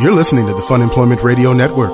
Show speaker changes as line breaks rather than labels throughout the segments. You're listening to the Fun Employment Radio Network.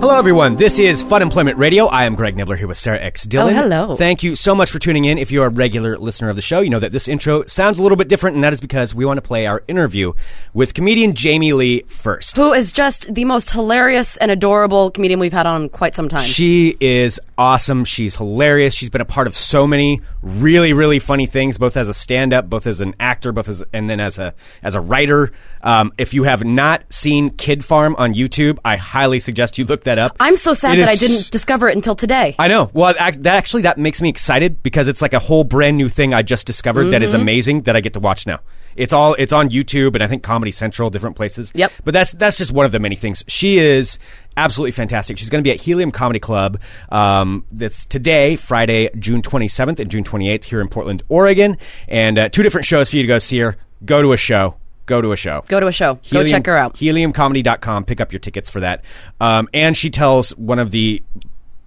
Hello, everyone. This is Fun Employment Radio. I am Greg Nibbler here with Sarah X. Dillon.
Oh, hello.
Thank you so much for tuning in. If you are a regular listener of the show, you know that this intro sounds a little bit different, and that is because we want to play our interview with comedian Jamie Lee first.
Who is just the most hilarious and adorable comedian we've had on quite some time.
She is awesome. She's hilarious. She's been a part of so many really, really funny things, both as a stand-up, both as an actor, both as and then as a as a writer. Um, if you have not seen Kid Farm on YouTube, I highly suggest you look that up.
I'm so sad
It
that I
is-
didn't discover it until today.
I know. Well, ac- that actually that makes me excited because it's like a whole brand new thing I just discovered that is amazing that I get to watch now. It's all it's on YouTube and I think Comedy Central, different places.
Yep.
But that's that's just one of the many things. She is absolutely fantastic. She's going to be at Helium Comedy Club. Um, that's today, Friday, June 27th and June 28th here in Portland, Oregon, and uh, two different shows for you to go see her. Go to a show. Go to a show.
Go to a show. Go check her out.
Heliumcomedy.com. Pick up your tickets for that. Um, and she tells one of the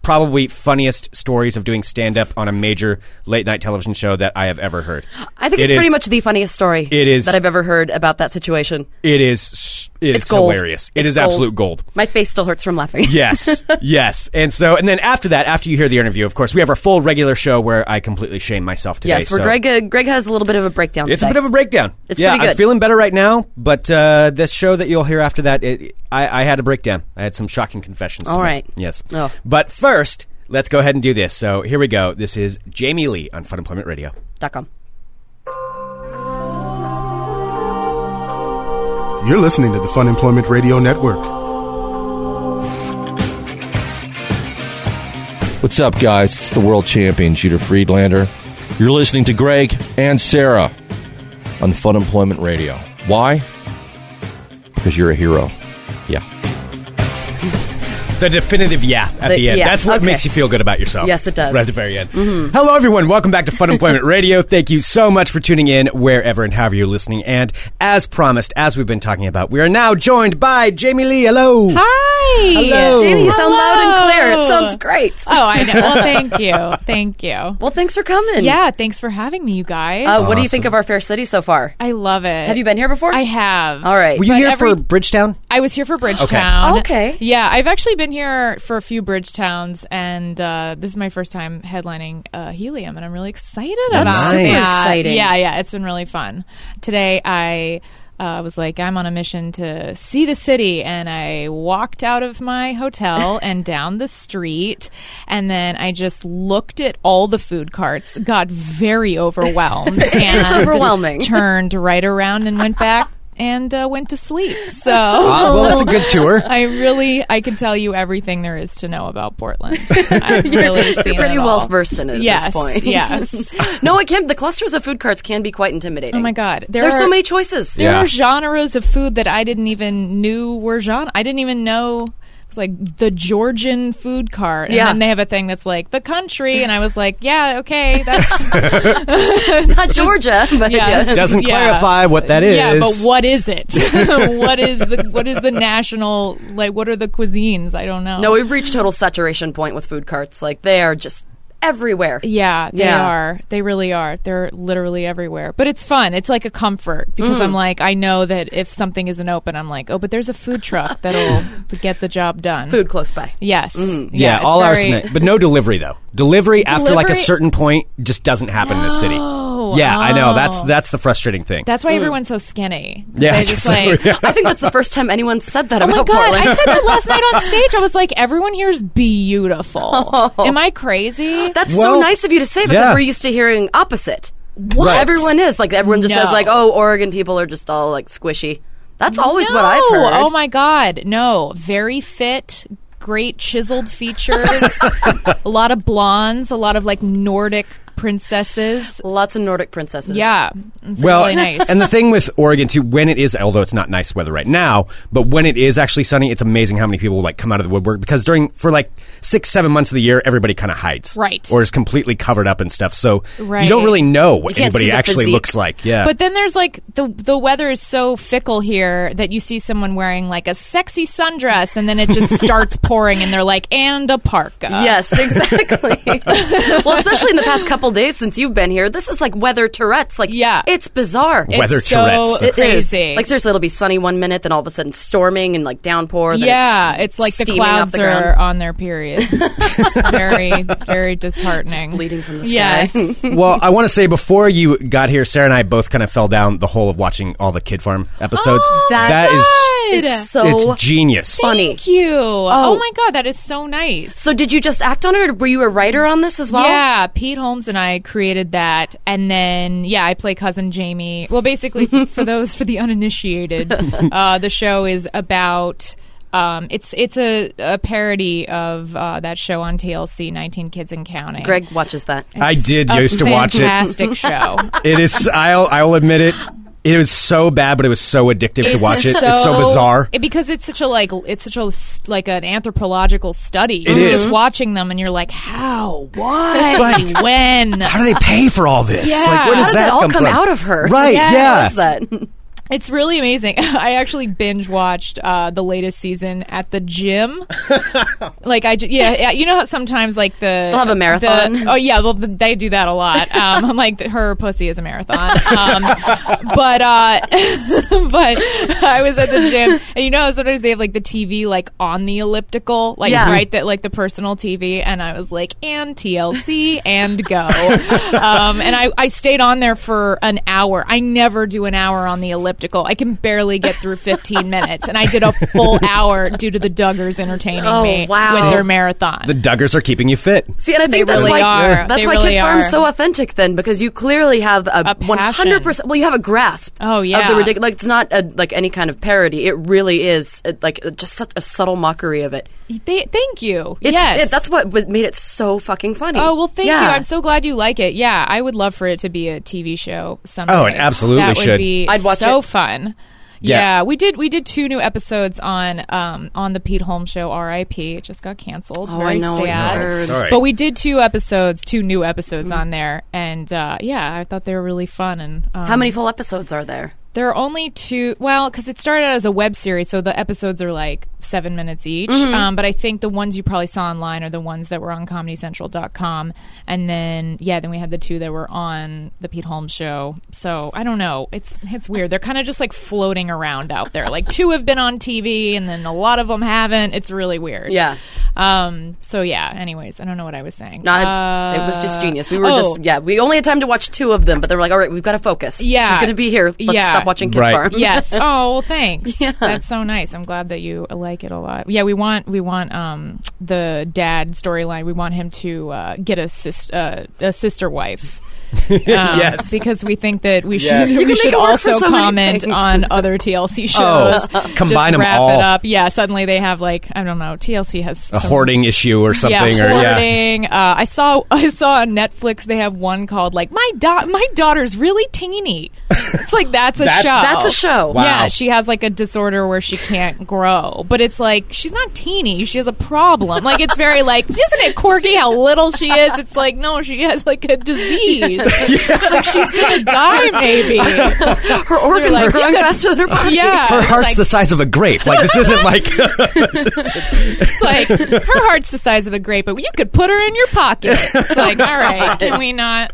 probably funniest stories of doing stand up on a major late night television show that I have ever heard.
I think
It
it's pretty
is-
much the funniest story
It is-
that I've ever heard about that situation.
It is s- it
It's
is
gold.
hilarious. It
It's
is
gold.
absolute gold.
My face still hurts from laughing.
Yes, yes. And so, and then after that, after you hear the interview, of course, we have our full regular show where I completely shame myself today.
yes, where
so-
Greg uh, Greg has a little bit of a breakdown.
It's a
today.
bit of a breakdown.
It's
yeah,
pretty good.
I'm feeling better right now, but uh, this show that you'll hear after that, it, I, I had a breakdown. I had some shocking confessions. to
All
make.
right.
Yes.
Oh.
But first, let's go ahead and do this. So here we go. This is Jamie Lee on Fun Employment Radio.
Dot com.
You're listening to the Fun Employment Radio Network.
What's up, guys? It's the world champion, Judah Friedlander. You're listening to Greg and Sarah on Fun Employment Radio. Why? Because you're a hero. Yeah.
The definitive yeah at the,
The-
end.
yeah.
That's what
Okay.
makes you feel good about yourself.
Yes, it does. Mm-hmm.
Right at the very end. Hello, everyone. Welcome back to Fun Employment Radio. Thank you so much for tuning in wherever and however you're listening. And as promised, as we've been talking about, we are now joined by Jamie Lee. Hello.
Hi.
Hello.
Jamie, you sound
Hello.
loud and clear. It sounds great.
Oh, I know. Well, thank you. Thank you.
Well, thanks for coming.
Yeah, thanks for having me, you guys.
Uh, What do you think of our fair city so far?
I love it.
Have you been here before?
I have.
All right.
Were you
But
here
every-
for Bridgetown?
I was here for Bridgetown.
Okay.
Yeah, I've actually been here for a few Bridgetowns, and uh, this is my first time headlining uh, Helium, and I'm really excited about
super
it.
exciting.
Yeah, yeah, it's been really fun. Today, I. uh, was like, I'm on a mission to see the city. And I walked out of my hotel and down the street. And then I just looked at all the food carts, got very overwhelmed. and
overwhelming.
Turned right around and went back and uh, went to sleep. So,
Uh, well, that's a good tour.
I really, I can tell you everything there is to know about Portland. I've really seen
You're pretty
it
well
all.
versed in it at
Yes,
this point.
yes.
no, it can. The clusters of food carts can be quite intimidating.
Oh my God, there
There's
are,
so many choices.
There
Yeah.
are genres of food that I didn't even knew were genre. I didn't even know. It's like the Georgian food cart, and
Yeah.
then they have a thing that's like the country, and I was like, yeah, okay, that's
Not Georgia, but
yeah.
yes.
Doesn't
Yeah.
clarify what that is.
yeah, but what is it? what is the what is the national like? What are the cuisines? I don't know.
No, we've reached total saturation point with food carts. Like they are just everywhere.
Yeah, they
Yeah.
are. They really are. They're literally everywhere. But it's fun. It's like a comfort because
Mm.
I'm like, I know that if something isn't open, I'm like, oh, but there's a food truck that'll get the job done.
Food Mm. close by.
Yes.
Yeah,
it's
all
very-
hours, but no delivery though. Delivery, after like a
Delivery- Oh,
certain point just doesn't happen in this city. Yeah, I know. That's that's the frustrating thing.
That's
Mm.
why everyone's so skinny.
Yeah,
They just
I guess
like.
so, yeah.
I think that's the first time anyone said that
Oh my
about
god!
Portland.
I said that last night on stage. I was like, "Everyone here is beautiful." Am I crazy?
Oh. that's
Well,
so nice of you to say because
yeah.
we're used to hearing opposite.
What? Right.
Everyone is like everyone just says
No.
like, "Oh, Oregon people are just all like squishy." That's always what I've
No.
heard.
Oh my god, no! Very fit, great chiseled features, a lot of blondes, a lot of like Nordic princesses.
Lots of Nordic princesses.
Yeah, it's
well,
really nice.
and the thing with Oregon too, when it is, although it's not nice weather right now, but when it is actually sunny, it's amazing how many people like come out of the woodwork because during for like six, seven months of the year, everybody kind of hides,
Right.
or is completely covered up and stuff. So you
Right.
don't really know
You
what
can't see
anybody
the
actually
physique.
looks like. Yeah,
But then there's like the the weather is so fickle here that you see someone wearing like a sexy sundress and then it just starts pouring and they're like and a parka.
Yes, exactly. well, especially in the past couple couple days since you've been here. This is like weather Tourette's. Like,
Yeah.
it's bizarre.
It's
Weather
so
Tourette's. It
It is.
crazy.
Like seriously, it'll be sunny one minute, then all of a sudden storming and like downpour. then
yeah,
it's,
it's like the
steaming off
clouds
the ground.
are on their period. it's very, very disheartening.
bleeding from the sky.
Yes.
well, I want to say before you got here, Sarah and I both kind of fell down the hole of watching all the Kid Farm episodes.
Oh,
that's
that is
It's so
it's genius.
funny.
Thank you. Oh. my god, that is so nice.
So did you just act on it, or were you a writer on this as well?
yeah, Pete Holmes and I created that, and then yeah, I play cousin Jamie. Well, basically, f- for those for the uninitiated, uh, the show is about. Um, it's it's a, a parody of uh, that show on TLC, 19 Kids and Counting.
Greg watches that.
I did
A
used to watch it.
Fantastic show.
It is. I'll I'll admit it. It was so bad, but it was so addictive to watch it. it's so bizarre.
it- because it's such a like it's such a s- like an anthropological study.
It
you're
is.
just watching them, and you're like, how, what,
But-
when?
How do they pay for all this?
Yeah.
Like, where does
How did
that,
that all
come,
come
from?
out of her?
Right?
Yes.
Yeah.
What is that?
It's really amazing. I actually binge watched uh, the latest season at the gym. like I, ju- yeah, yeah, you know how sometimes like the they'll
have a marathon.
oh yeah, well th- they do that a lot. Um, I'm like her pussy is a marathon. Um, but uh, but I was at the gym, and you know how sometimes they have like the TV like on the elliptical, like
Yeah.
right that like the personal TV, and I was like and TLC and go, um, and I I stayed on there for an hour. I never do an hour on the elliptical. I can barely get through 15 minutes, and I did a full hour due to the Duggars entertaining
Oh,
me
wow.
with their marathon.
The Duggars are keeping you fit.
See, and I think that's
really
why
are.
that's
They
why
really
Kid Farm's
are.
so authentic then, because you clearly have a
A
one
passion.
hundred percent. Well, you have a grasp.
Oh,
of
yeah.
the ridiculous. Like it's not a, like any kind of parody. It really is uh, like uh, just such a subtle mockery of it.
They- thank you.
It's,
yes,
it- that's what w- made it so fucking funny.
Oh well, thank
Yeah.
you. I'm so glad you like it. Yeah, I would love for it to be a TV show someday.
Oh, it absolutely
that
should.
Would be
I'd watch
so
it.
fun.
Yeah.
Yeah. we did. We did two new episodes on um on the Pete Holmes show. R.I.P. It just got canceled.
Oh,
Very
I know.
sad.
Nerd.
Sorry,
But we did two episodes, two new episodes
Mm-hmm.
on there, and uh, yeah, I thought they were really fun. And um,
How many full episodes are there?
There are only two. Well, because it started out as a web series, so the episodes are like seven minutes each.
Mm-hmm.
Um, but I think the ones you probably saw online are the ones that were on ComedyCentral.com, and then yeah, then we had the two that were on the Pete Holmes show. So I don't know. It's it's weird. They're kind of just like floating around out there. Like two have been on TV, and then a lot of them haven't. It's really weird.
Yeah.
Um. So yeah. Anyways, I don't know what I was saying.
Not. it was just genius. We were
oh.
just yeah. We only had time to watch two of them, but they were like, all right, we've got to focus.
Yeah.
she's gonna be here. Let's
Yeah.
stop watching Kid
Right.
Farm.
yes. Oh, well, thanks. That's so nice. I'm glad that you like it a lot. Yeah, we want we want um the dad storyline. We want him to uh, get a sis- uh, a sister wife. Um,
Yes.
because we think that we should
Yes. You
we
can
should
make it work for
also
so many
comment
things.
on other TLC
Oh,
shows.
combine
Just
'em
wrap
all.
it up. Yeah, suddenly they have like I don't know. TLC has
a
some-
hoarding issue or something,
yeah,
or yeah.
hoarding. Uh, I saw I saw on Netflix they have one called like my da- my daughter's really teeny. It's like that's a
That's-
show.
That's a show.
Wow.
Yeah, she has like a disorder where she can't grow, but it's like she's not teeny. She has a problem. Like it's very like, isn't it quirky how little she is? It's like no, she has like a disease. like she's gonna die, maybe.
Her organs
like-
are growing faster than her body.
Yeah,
Her
it's
heart's
like,
the size of a grape. Like this isn't like
it's like her heart's the size of a grape, but you could put her in your pocket. It's like, all right, can we not?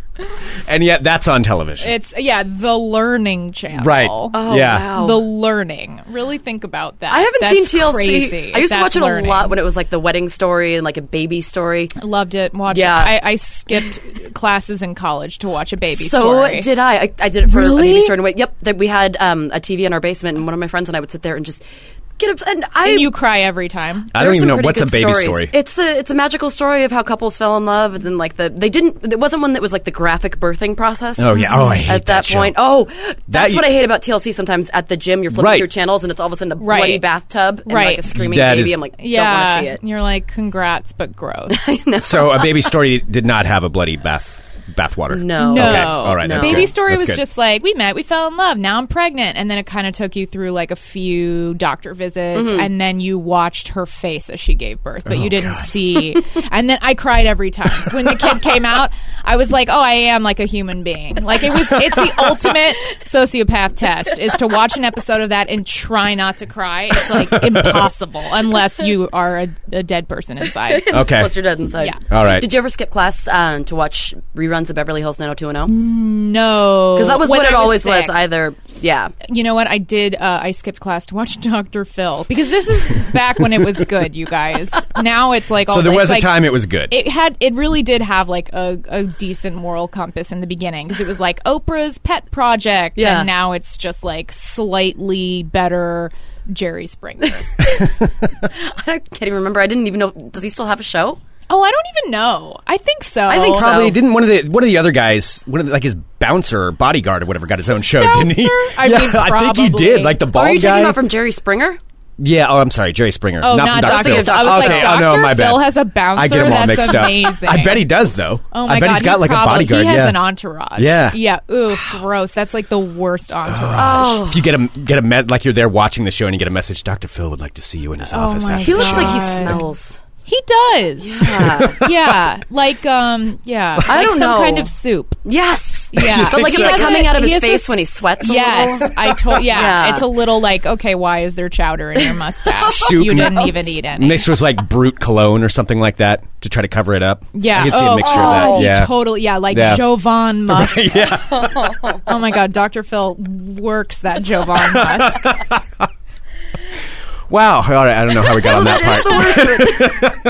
and yet that's on television.
It's yeah, the learning channel.
right.
Oh,
yeah.
wow.
The learning. Really think about that.
I haven't
That's
seen TLC.
Crazy.
I used to watch
That's
it
learning.
a lot when it was like the wedding story and like a baby story.
Loved it. Watched.
Yeah.
it. I, I skipped classes in college to watch a baby
so
story.
did I. I. I did it for a
Really?
baby story. Anyway. Yep, that we had um, a TV in our basement, and one of my friends and I would sit there and just get up. And I
and you cry every time.
I
there were
don't even
some
know
pretty
what's a
good
baby
stories.
story.
It's a it's a magical story of how couples fell in love, and then like the they didn't. It wasn't one that was like the graphic birthing process.
Oh, yeah. Oh, I hate
at
that
that,
show.
point. Oh, that's
you-
what I hate about TLC. Sometimes at the gym, you're flipping
Right.
through channels, and it's all of a sudden a
Right.
bloody bathtub and
Right.
like a screaming
That
baby.
is-
I'm like, don't
yeah.
want to see it.
And you're like, congrats, but gross.
so a baby story did not have a bloody bath bathwater.
No.
No.
Okay. All right.
No.
That's
Baby
good.
story
That's
was
good.
just like we met, we fell in love. Now I'm pregnant, and then it kind of took you through like a few doctor visits,
Mm-hmm.
and then you watched her face as she gave birth,
Oh,
but you didn't see. and then I cried every time when the kid came out. I was like, oh, I am like a human being. Like it was, it's the ultimate sociopath test is to watch an episode of that and try not to cry. It's like impossible unless you are a, a dead person inside.
okay.
Plus, you're dead inside.
Yeah.
All right.
Did you ever skip class um, to watch reruns reruns of Beverly Hills 90210?
No,
Because oh? that was
Mm. When
what it
I
always was.
sick.
Either yeah,
you know what? I did. Uh, I skipped class to watch Doctor Phil because this is back when it was good. You guys. Now it's like all
So there
it's
was a
like-
time it was good.
It had. It really did have like a, a decent moral compass in the beginning because it was like Oprah's pet project,
Yeah.
and now it's just like slightly better Jerry Springer.
I can't even remember. I didn't even know. Does he still have a show?
oh, I don't even know. I think so.
I think so.
Probably Oh, didn't one of the one of the other guys, one of the, like his bouncer or bodyguard or whatever, got his own show, didn't he?
bouncer? I
yeah,
mean,
I think he
probably.
did. Like the
Or
bald
are you
guy.
talking about from Jerry Springer?
yeah. Oh, I'm sorry, Jerry Springer.
Oh,
not,
not
from
Dr.
Phil.
Phil. I was like,
okay, oh, no,
Dr.
my bad.
Phil has a bouncer?
I get him all
That's
mixed
amazing.
up. I bet he does though.
Oh my
I bet
god,
he's got
he
like
probably,
a bodyguard.
He has
yeah.
an entourage.
Yeah.
yeah. Ooh, gross. That's like the worst entourage.
If you get a get a me- like you're there watching the show and you get a message, Dr. Phil would like to see you in his office.
Oh my
after
He
the
looks
show."
like he
God.
smells.
He does. Yeah,
Yeah.
like um, yeah,
I
like
don't
some
know.
kind of soup.
yes.
Yeah,
But like it's
He
like
has
coming
a-
out of
he
his
has
face
this-
when he sweats. a
Yes,
little.
I told. Yeah,
Yeah.
it's a little like okay, why is there chowder in your mustache?
Soup
you didn't
mi-
even eat any.
Mixed with like brute cologne or something like that to try to cover it up.
yeah,
I can see
oh,
a mixture
God,
of that.
he
Yeah,
totally. Yeah, like
Yeah.
Jovan Musk.
yeah.
Oh my God, Doctor Phil works that Jovan Musk.
Wow. All right. I don't know how we got on that
That is
part.
the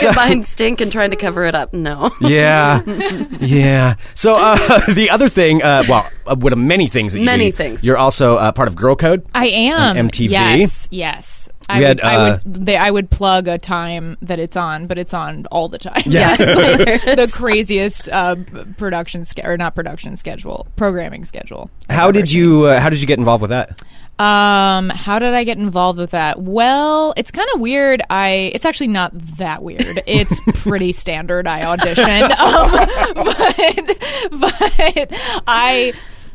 the combined stink and trying to cover it up. No.
Yeah, yeah. So uh, the other thing, uh, well, uh, one of many things that you
Many
do,
things.
You're also uh, part of Girl Code.
I am
On MTV?
Yes, yes. I,
We had,
would, I
uh,
would they, I would plug a time that it's on, but it's on all the time.
Yeah.
It's like the craziest uh, production sch- or not production schedule, programming schedule.
How did you uh, How did you get involved with that?
Um, how did I get involved with that? Well, it's kind of weird. I it's actually not that weird. It's pretty standard. I auditioned, um, but but I.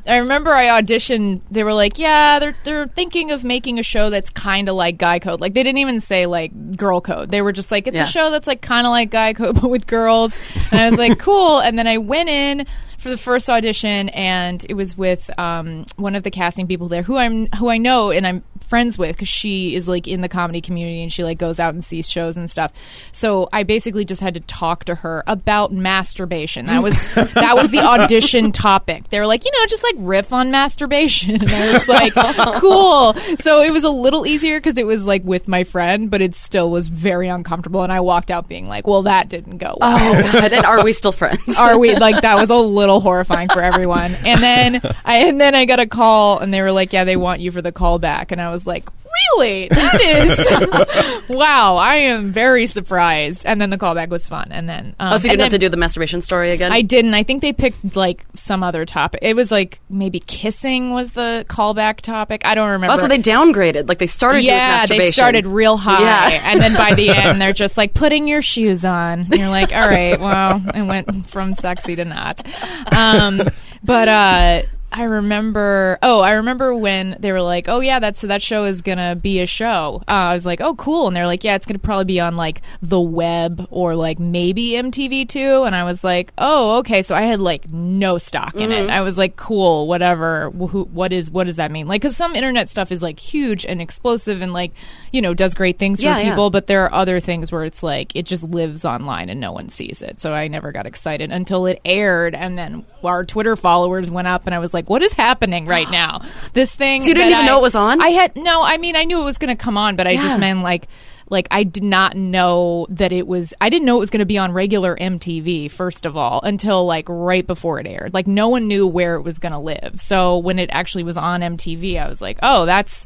I remember I auditioned. They were like, "Yeah, they're they're thinking of making a show that's kind of like Guy Code." Like they didn't even say like Girl Code. They were just like, "It's
Yeah.
a show that's like kind of like Guy Code but with girls." And I was like, "Cool." And then I went in for the first audition, and it was with um, one of the casting people there who I'm who I know and I'm friends with because she is like in the comedy community and she like goes out and sees shows and stuff. So I basically just had to talk to her about masturbation. That was that was the audition topic. They were like, you know, just like riff on masturbation, and I was like, cool. So it was a little easier because it was like with my friend, but it still was very uncomfortable. And I walked out being like, well, that didn't go well
Oh God. And are we still friends?
are we like that was a little horrifying for everyone and then i and then i got a call and they were like yeah they want you for the call back and i was like really that is wow i am very surprised and then the callback was fun and then um,
Oh, so you didn't
and
have to
then-
do the masturbation story again.
I didn't. I think they picked like some other topic. It was like maybe kissing was the callback topic. I don't remember.
Oh, so they downgraded. Like they started. you with
yeah,
masturbation.
they started real high,
Yeah.
and then by the end, they're just like putting your shoes on. And you're like, all right, well, it went from sexy to not. Um, but uh, I remember, oh, I remember when they were like, oh yeah, that's so that show is gonna be a show. Uh, I was like, oh cool, and they're like, yeah, it's gonna probably be on like the web or like maybe MTV too. And I was like, oh okay, so I had like no stock in it. I was like, cool, whatever. Wh- who- what is what does that mean? Like, because some internet stuff is like huge and explosive and like you know does great things
Yeah,
for
yeah.
people, but there are other things where it's like it just lives online and no one sees it. So I never got excited until it aired, and then our Twitter followers went up, and I was like, what is happening right now? This thing.
So you didn't
that
even
I-
know it was on?
I had no. I mean, I knew it was going to come on, but I
Yeah.
just meant like. Like I did not know that it was. I didn't know it was going to be on regular MTV first of all until like right before it aired. Like no one knew where it was going to live. So when it actually was on MTV, I was like, "Oh, that's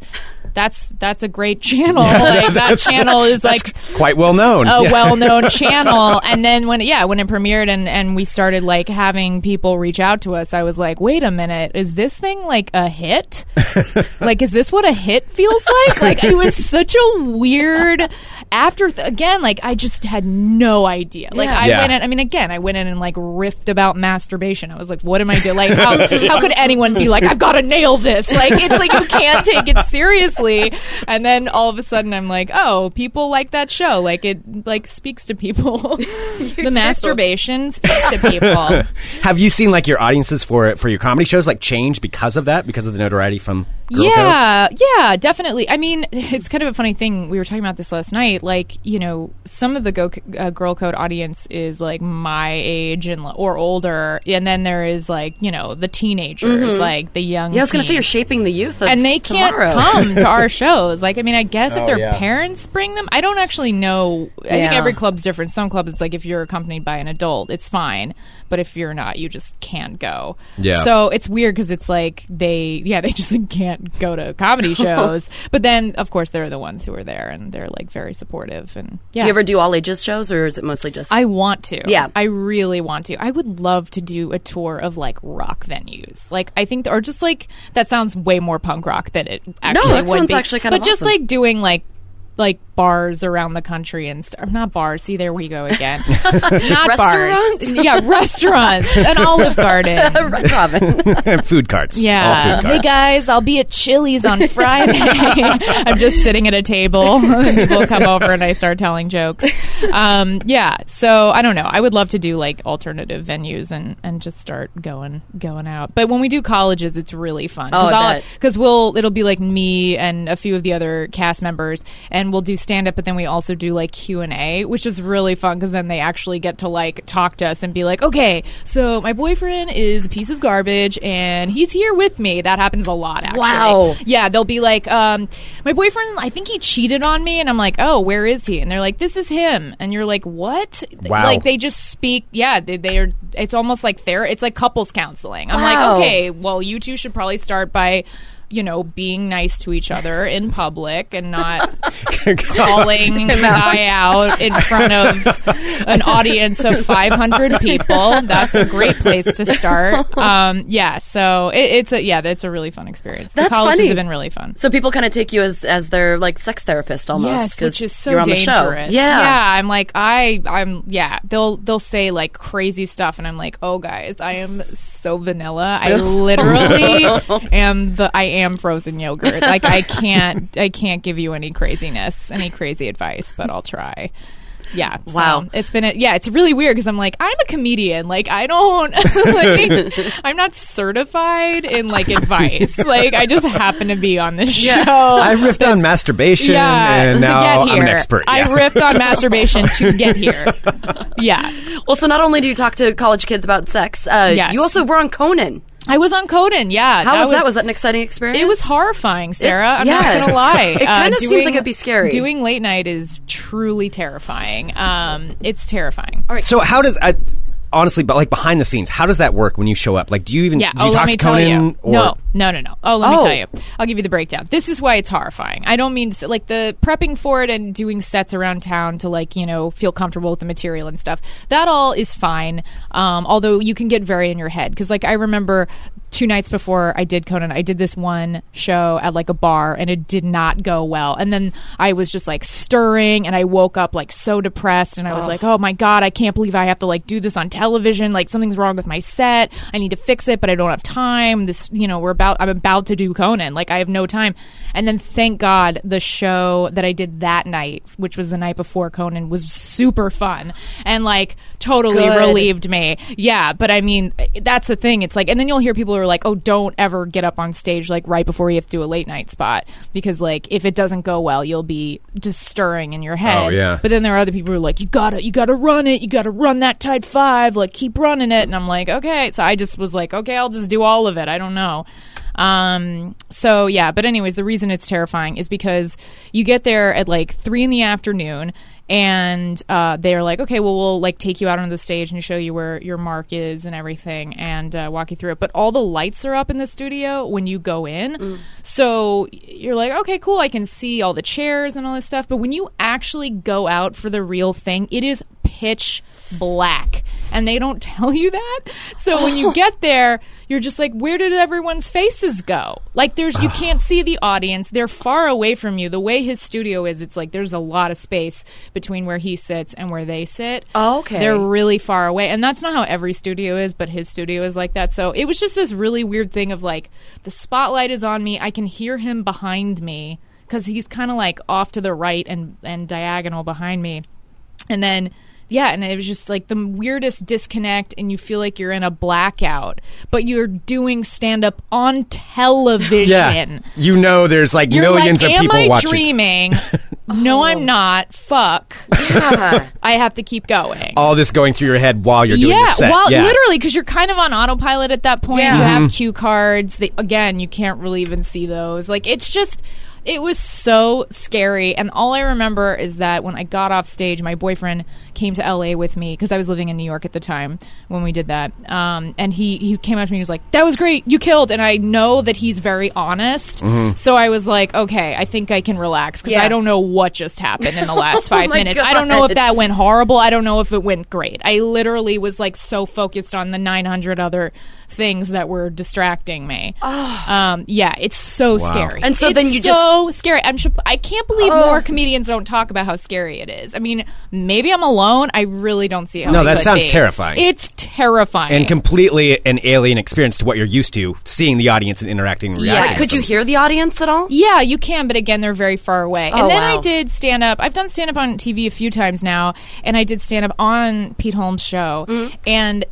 that's that's a great channel. like, that channel is like
Quite well known.
a
Yeah.
well-known channel and then when yeah when it premiered and and we started like having people reach out to us i was like wait a minute is this thing like a hit like is this what a hit feels like like it was such a weird after again like i just had no idea like i
Yeah.
went in i mean again i went in and like riffed about masturbation i was like what am i doing like how, how could anyone be like i've got to nail this like it's like you can't take it seriously and then all of a sudden i'm like oh people like that show like it like speaks to people the masturbation speaks to people
Have you seen like your audiences for for your comedy shows like change because of that because of the notoriety from
Girl
yeah, yeah, definitely. I mean, it's kind of a funny thing. We were talking about this last night. Like, you know, some of the go- uh, girl code audience is like my age and or older, and then there is like you know the teenagers, like the young.
Mm-hmm. Yeah, I was going to say
teens
you're shaping the youth of
and they can't
tomorrow.
come to our shows. Like, I mean, I guess if their
yeah.
parents bring them, I don't actually know. I think
Yeah.
every club's different. Some clubs, it's like if you're accompanied by an adult, it's fine, but if you're not, you just can't go.
Yeah.
So it's weird because it's like they, yeah, they just like, can't go to comedy shows. but then, of course, they're the ones who are there and they're like very supportive. And yeah,
Do you ever do all ages shows, or is it mostly just?
I want to.
Yeah.
I really want to. I would love to do a tour of like rock venues. Like I think or just like that sounds way more punk rock than it actually
that
would
sounds
be.
actually kind
but
of
just
awesome.
like doing like like bars around the country and stuff. Not bars. See, there we go again. Not
Restaurants?
bars. Yeah, restaurants. An Olive Garden.
Robin.
food carts. All
Yeah.
food
Hey
carts.
guys, I'll be at Chili's on Friday. I'm just sitting at a table. and People come over and I start telling jokes. Um, yeah. So I don't know. I would love to do like alternative venues and, and just start going going out. But when we do colleges, it's really fun
Oh, I bet.
because we'll it'll be like me and a few of the other cast members, and we'll do stand up, but then we also do like Q and A, which is really fun because then they actually get to like talk to us and be like, okay, so my boyfriend is a piece of garbage, and he's here with me. That happens a lot, actually.
Wow.
Yeah, they'll be like, um, my boyfriend, I think he cheated on me, and I'm like, oh, where is he? And they're like, this is him, and you're like, what?
Wow.
Like they just speak. Yeah, they, they are. It's almost like therapy. It's like couples counseling. I'm
Wow.
like, okay, well, you two should probably start by, you know, being nice to each other in public and not calling the guy out in front of an audience of 500 people. That's a great place to start. Um, yeah, so it, it's a yeah, that's a really fun experience.
That's
the colleges
funny.
have been really fun.
So people kind of take you as as their like sex therapist almost.
Yes,
'cause
which is so
you're on
dangerous.
The show. Yeah.
I'm like I I'm yeah, they'll they'll say like crazy stuff and I'm like, "Oh guys, I am so vanilla. I literally am the I am frozen yogurt. Like I can't I can't give you any craziness, any crazy advice, but I'll try." Yeah. so
Wow.
it's been a, yeah. It's really weird because I'm like I'm a comedian. Like I don't like I'm not certified in like advice. Like I just happen to be on this show.
I riffed on masturbation, and
to
now
get
I'm
here.
an expert.
I
Yeah.
riffed on masturbation to get here. Yeah.
Well, so not only do you talk to college kids about sex, uh,
Yes.
you also were on Conan.
I was on Conan, yeah.
How was, that? Was that an exciting experience?
it was horrifying, Sarah. I'm not
yeah.
gonna lie. Uh,
It kinda seems
doing-
like it'd be scary.
Doing late night is truly terrifying. Um, it's terrifying.
So how does I honestly, but like behind the scenes, how does that work when you show up? Like, do you even
Yeah.
do you
oh,
talk
let me
to Conan?
tell you.
Or,
no, no, no, no. Oh, let
Oh.
me tell you. I'll give you the breakdown. This is why it's horrifying. I don't mean to, say- like the prepping for it and doing sets around town to like you know feel comfortable with the material and stuff. That all is fine. Um, although you can get very in your head because like I remember two nights before I did Conan, I did this one show at like a bar and it did not go well. And then I was just like stirring and I woke up like so depressed and I was like, oh my God, I can't believe I have to like do this on television. Like something's wrong with my set. I need to fix it, but I don't have time. This, you know, we're about, I'm about to do Conan. Like I have no time. And then thank God the show that I did that night, which was the night before Conan, was super fun and like totally
Good.
relieved saved me. Yeah, but I mean, that's the thing. It's like, and then you'll hear people who are like, "Oh, don't ever get up on stage like right before you have to do a late night spot because like if it doesn't go well, you'll be just stirring in your head."
Oh, yeah.
But then there are other people who are like, "You gotta, you gotta run it. You gotta run that tight five. Like keep running it." And I'm like, "Okay." So I just was like, "Okay, I'll just do all of it. I don't know." Um. So yeah, but anyways, the reason it's terrifying is because you get there at like three in the afternoon and uh, they're like, okay, well, we'll like take you out onto the stage and show you where your mark is and everything, and uh, walk you through it. But all the lights are up in the studio when you go in, so you're like, okay, cool, I can see all the chairs and all this stuff. But when you actually go out for the real thing, it is pitch black, and they don't tell you that. So when you get there, you're just like, where did everyone's faces go? Like, there's you can't see the audience; they're far away from you. The way his studio is, it's like there's a lot of space between where he sits and where they sit.
Oh, okay.
they're really far away, and that's not how every studio is, but his studio is like that. So it was just this really weird thing of like, the spotlight is on me; I can hear him behind me. Because he's kind of like off to the right and, and diagonal behind me and then yeah, and it was just like the weirdest disconnect, and you feel like you're in a blackout, but you're doing stand up on television.
Yeah, you know, there's like
You're
millions
like,
of people
Am I
watching.
dreaming? no, I'm not. Fuck.
Yeah.
I have to keep going.
All this going through your head while you're doing
yeah,
your set.
well,
yeah, Mm-hmm.
literally, because you're kind of on autopilot at that point.
Yeah.
You have cue cards. They, again, you can't really even see those. Like, it's just, it was so scary. And all I remember is that when I got off stage, my boyfriend came to LA with me because I was living in New York at the time when we did that. Um, and he he came up to me and was like, "That was great. You killed." And I know that he's very honest,
Mm-hmm.
so I was like, "Okay, I think I can relax because
Yeah.
I don't know what just happened in the last
Oh
five
my
minutes. I don't know if
God.
that that went horrible. I don't know if it went great. I literally was like so focused on the 900 other things that were distracting me. Um, yeah, it's so scary.
And so
It's
then you just-
so scary. I'm sh- I can't believe more comedians don't talk about how scary it is. I mean, maybe I'm alone. I really don't see how.
No,
it
that
could
sounds
be.
terrifying.
It's terrifying.
and completely an alien experience to what you're used to seeing the audience and interacting. And reacting
Yes.
with
Could you
them.
hear the audience at all?
Yeah, you can, but again, they're very far away.
Oh,
and then
wow.
I did stand up. I've done stand up on TV a few times now, and I did stand up on Pete Holmes' show,
Mm.
and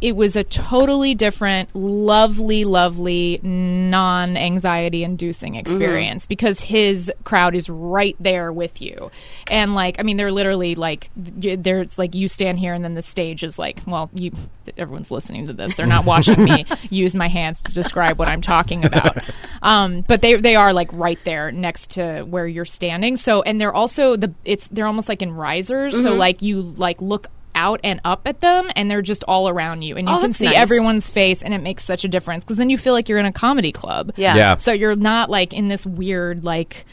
it was a totally different, lovely, lovely, non anxiety inducing
Mm-hmm.
experience because his crowd is right there with you, and like, I mean, they're literally like, y- there's like you stand here, and then the stage is like, well, you, everyone's listening to this. They're not watching me use my hands to describe what I'm talking about. Um, but they they are like right there next to where you're standing. So and they're also the it's they're almost like in risers. So
Mm-hmm.
like you like look out and up at them and they're just all around you and you
Oh,
can
that's
see
nice.
everyone's face and it makes such a difference because then you feel like you're in a comedy club.
Yeah.
Yeah.
So you're not like in this weird like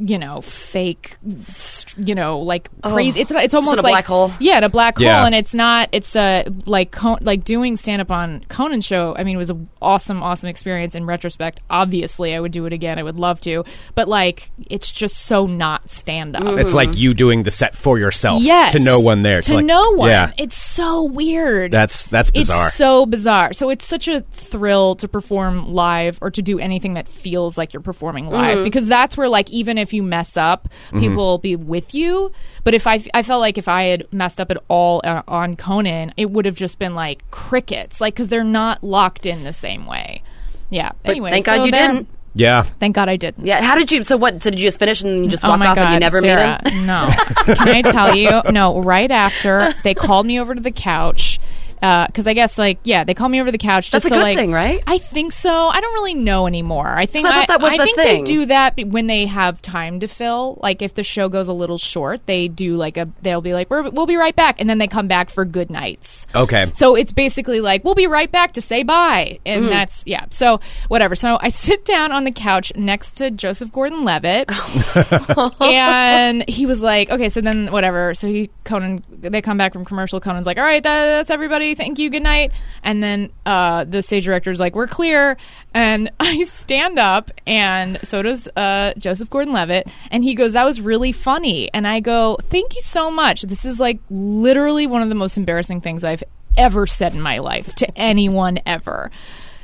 you know fake st- you know like crazy it's not, it's almost
Oh. in a
like
black hole.
yeah in a black
Yeah.
hole and it's not it's a like Con- like doing stand up on Conan show I mean it was an awesome awesome experience in retrospect obviously I would do it again I would love to but like it's just so not stand up
Mm.
It's like you doing the set for yourself.
Yes.
To no one there.
To
like-
no one.
Yeah.
It's so weird.
That's that's bizarre.
It's so bizarre. So it's such a thrill to perform live or to do anything that feels like you're performing
Mm-hmm.
live because that's where like even if you mess up, people will be with you. But if I I felt like if I had messed up at all uh, on Conan, it would have just been like crickets, like because they're not locked in the same way. Yeah. anyway,
thank
so
God you
there-
didn't.
yeah.
Thank God I didn't.
Yeah. How did you? So what? So did you just finish and you just
Oh
walk
my
off
God,
and you never
Sarah,
meet him?
No. Can I tell you? No, right after they called me over to the couch. Because I guess, like, yeah, they called me over to the couch.
That's
just
a
so,
good
like-
thing, right?
I think so. I don't really know anymore. I think
So I thought that was the
think
thing.
they do that be- when they have time to fill. Like, if the show goes a little short, they do like a. They'll be like, We're, "We'll be right back," and then they come back for good nights.
Okay.
So it's basically like, we'll be right back to say bye. And
Mm-hmm.
that's, yeah. So whatever. So I sit down on the couch next to Joseph Gordon Levitt. and he was like, okay, so then whatever. So he, Conan, they come back from commercial. Conan's like, all right, that, that's everybody. Thank you. Good night. And then uh, the stage director's like, we're clear. And I stand up, and so does uh, Joseph Gordon Levitt. And he goes, that was really funny. And I go, thank you so much. This is like literally one of the most embarrassing things I've ever said in my life to anyone ever.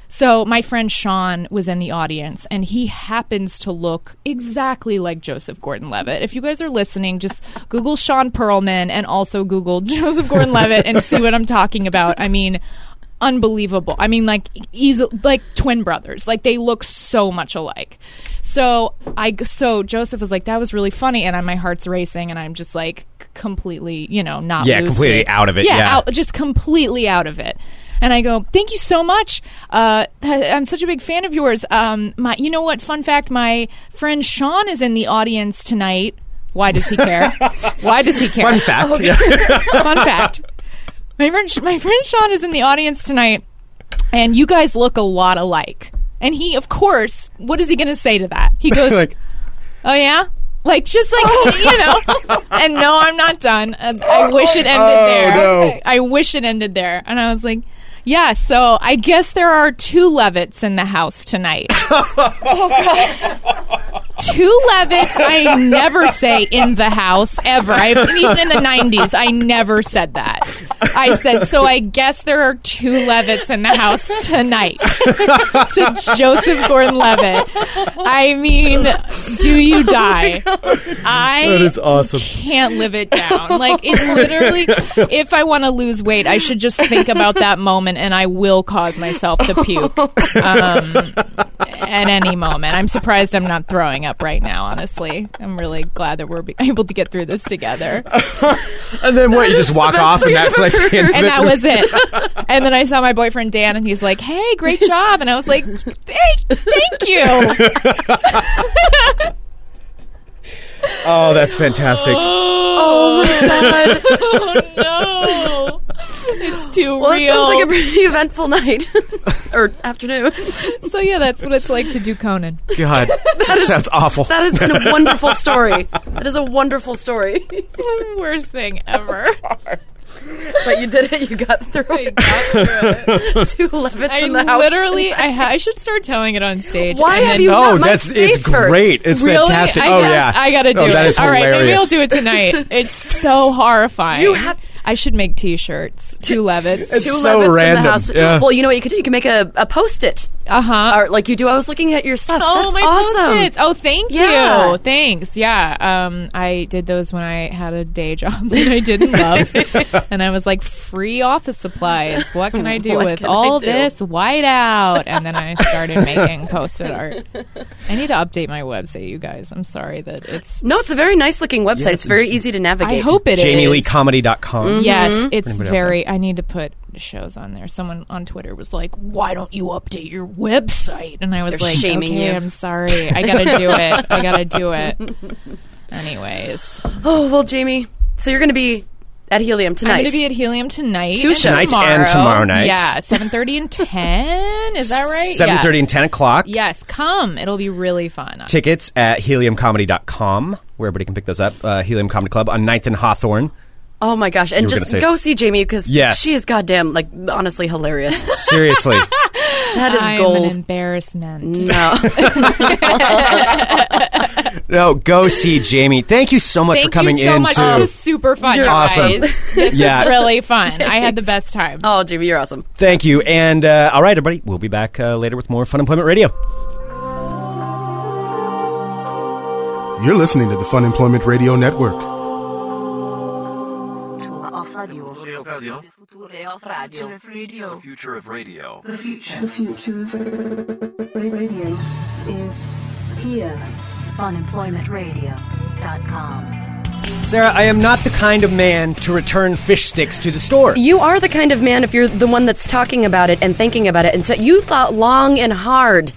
So my friend Sean was in the audience, and he happens to look exactly like Joseph Gordon-Levitt. If you guys are listening, just Google Sean Perlman and also Google Joseph Gordon-Levitt and see what I'm talking about. I mean, unbelievable. I mean, like easy, like twin brothers. Like they look so much alike. So I so Joseph was like, "That was really funny," and I, my heart's racing, and I'm just like completely, you know, not
Yeah,
lucid.
completely out of it, yeah.
out- just completely out of it. And I go, thank you so much. Uh, I'm such a big fan of yours. Um, my, you know what? Fun fact: my friend Sean is in the audience tonight. Why does he care? Why does he care?
Fun fact. Yeah.
Fun fact. My friend, my friend Sean is in the audience tonight, and you guys look a lot alike. And he, of course, what is he going to say to that? He goes,
Like-
"Oh yeah." Like just like you know, and no, I'm not done. Uh, I wish it ended
Oh,
there.
no.
I wish it ended there. And I was like, yeah. So I guess there are two Levitts in the house tonight. two Levitts. I never say in the house ever. I even in the '90s, I never said that. I said, so I guess there are two Levitts in the house tonight. to Joseph Gordon Levitt. I mean, do you die? I
That is awesome.
can't live it down. Like, it literally, if I want to lose weight, I should just think about that moment and I will cause myself to puke um, at any moment. I'm surprised I'm not throwing up right now, honestly. I'm really glad that we're be- able to get through this together.
And then what? You just walk off, and that's like the end of
and
it.
that was it. And then I saw my boyfriend Dan, and he's like, "Hey, great job!" And I was like, "Thank, thank you."
Oh, that's fantastic.
Oh,
God.
no, it's too
Well, it
real.
sounds like a pretty eventful night or afternoon.
so yeah, that's what it's like to do Conan.
God, that sounds awful.
That is a wonderful story. That is a wonderful story.
Worst thing ever.
But you did it. You got through
I
it.
got through it.
Two Levitts
I
in the house.
literally, I, ha- I should start telowing it on stage.
Why
and
have
then-
you
oh,
got my
that's it's
face hurts.
great. It's
really?
fantastic.
I
oh
guess
yeah,
I gotta do
No,
it.
That is
All right,
hilarious.
maybe I'll do it tonight. It's so horrifying.
You have-
I should make T-shirts. Two Levitts.
Two
so
Levitts in
random,
the house.
yeah.
Well, you know what you could do? You could make a, a post-it
Uh huh.
art like you do. I was looking at your stuff.
Oh
that's
my
awesome.
post-its. Oh, thank
Yeah.
you. Thanks. Yeah. Um, I did those when I had a day job that I didn't love, and I was like, free office supplies. What can I do
What
with
can I
all
do?
this whiteout? And then I started making post-it art. I need to update my website, you guys. I'm sorry that it's.
No, it's a very nice looking website. it's very easy to
I
navigate.
hope it is. Mm.
JamieLeeComedy.com.
Mm-hmm.
Yes, it's
Anybody out
very. I need to put shows on there. Someone on Twitter was like, "Why don't you update your website?" And I was
They're
like,
shaming
"Okay,
you."
I'm sorry. I gotta do it. I gotta do it." Anyways,
Oh well, Jamie. So you're going to be at Helium tonight.
I'm gonna be at Helium tonight,
Two
and
shows. Tonight
tomorrow.
and tomorrow night.
Yeah, seven thirty and ten. Is that right?
Seven thirty
Yeah.
and ten o'clock.
Yes, come. It'll be really fun.
Tickets at heliumcomedy.com, where everybody can pick those up. Uh, Helium Comedy Club on 9th and Hawthorne.
oh my gosh! And
were gonna
just
say-
go see Jamie because
Yes.
she is goddamn like honestly hilarious.
Seriously.
That is
I'm an
gold. Mm.
embarrassment.
no.
no, go see Jamie. Thank you so much
Thank
for coming
you so
in.
much.
too.
This was super fun.
You're
you
awesome.
Guys. This
Yeah.
was really fun. I had the best time.
oh, Jamie, you're awesome.
Thank you. And uh, all right, everybody, we'll be back uh, later with more Fun Employment Radio.
You're listening to the Fun Employment Radio Network.
Future of radio. Future of radio.
The future of radio.
The future of radio is here. Funemploymentradio.com.
Sarah, I am not the kind of man to return fish sticks to the store.
You are the kind of man if you're the one that's talking about it and thinking about it, and so you thought long and hard.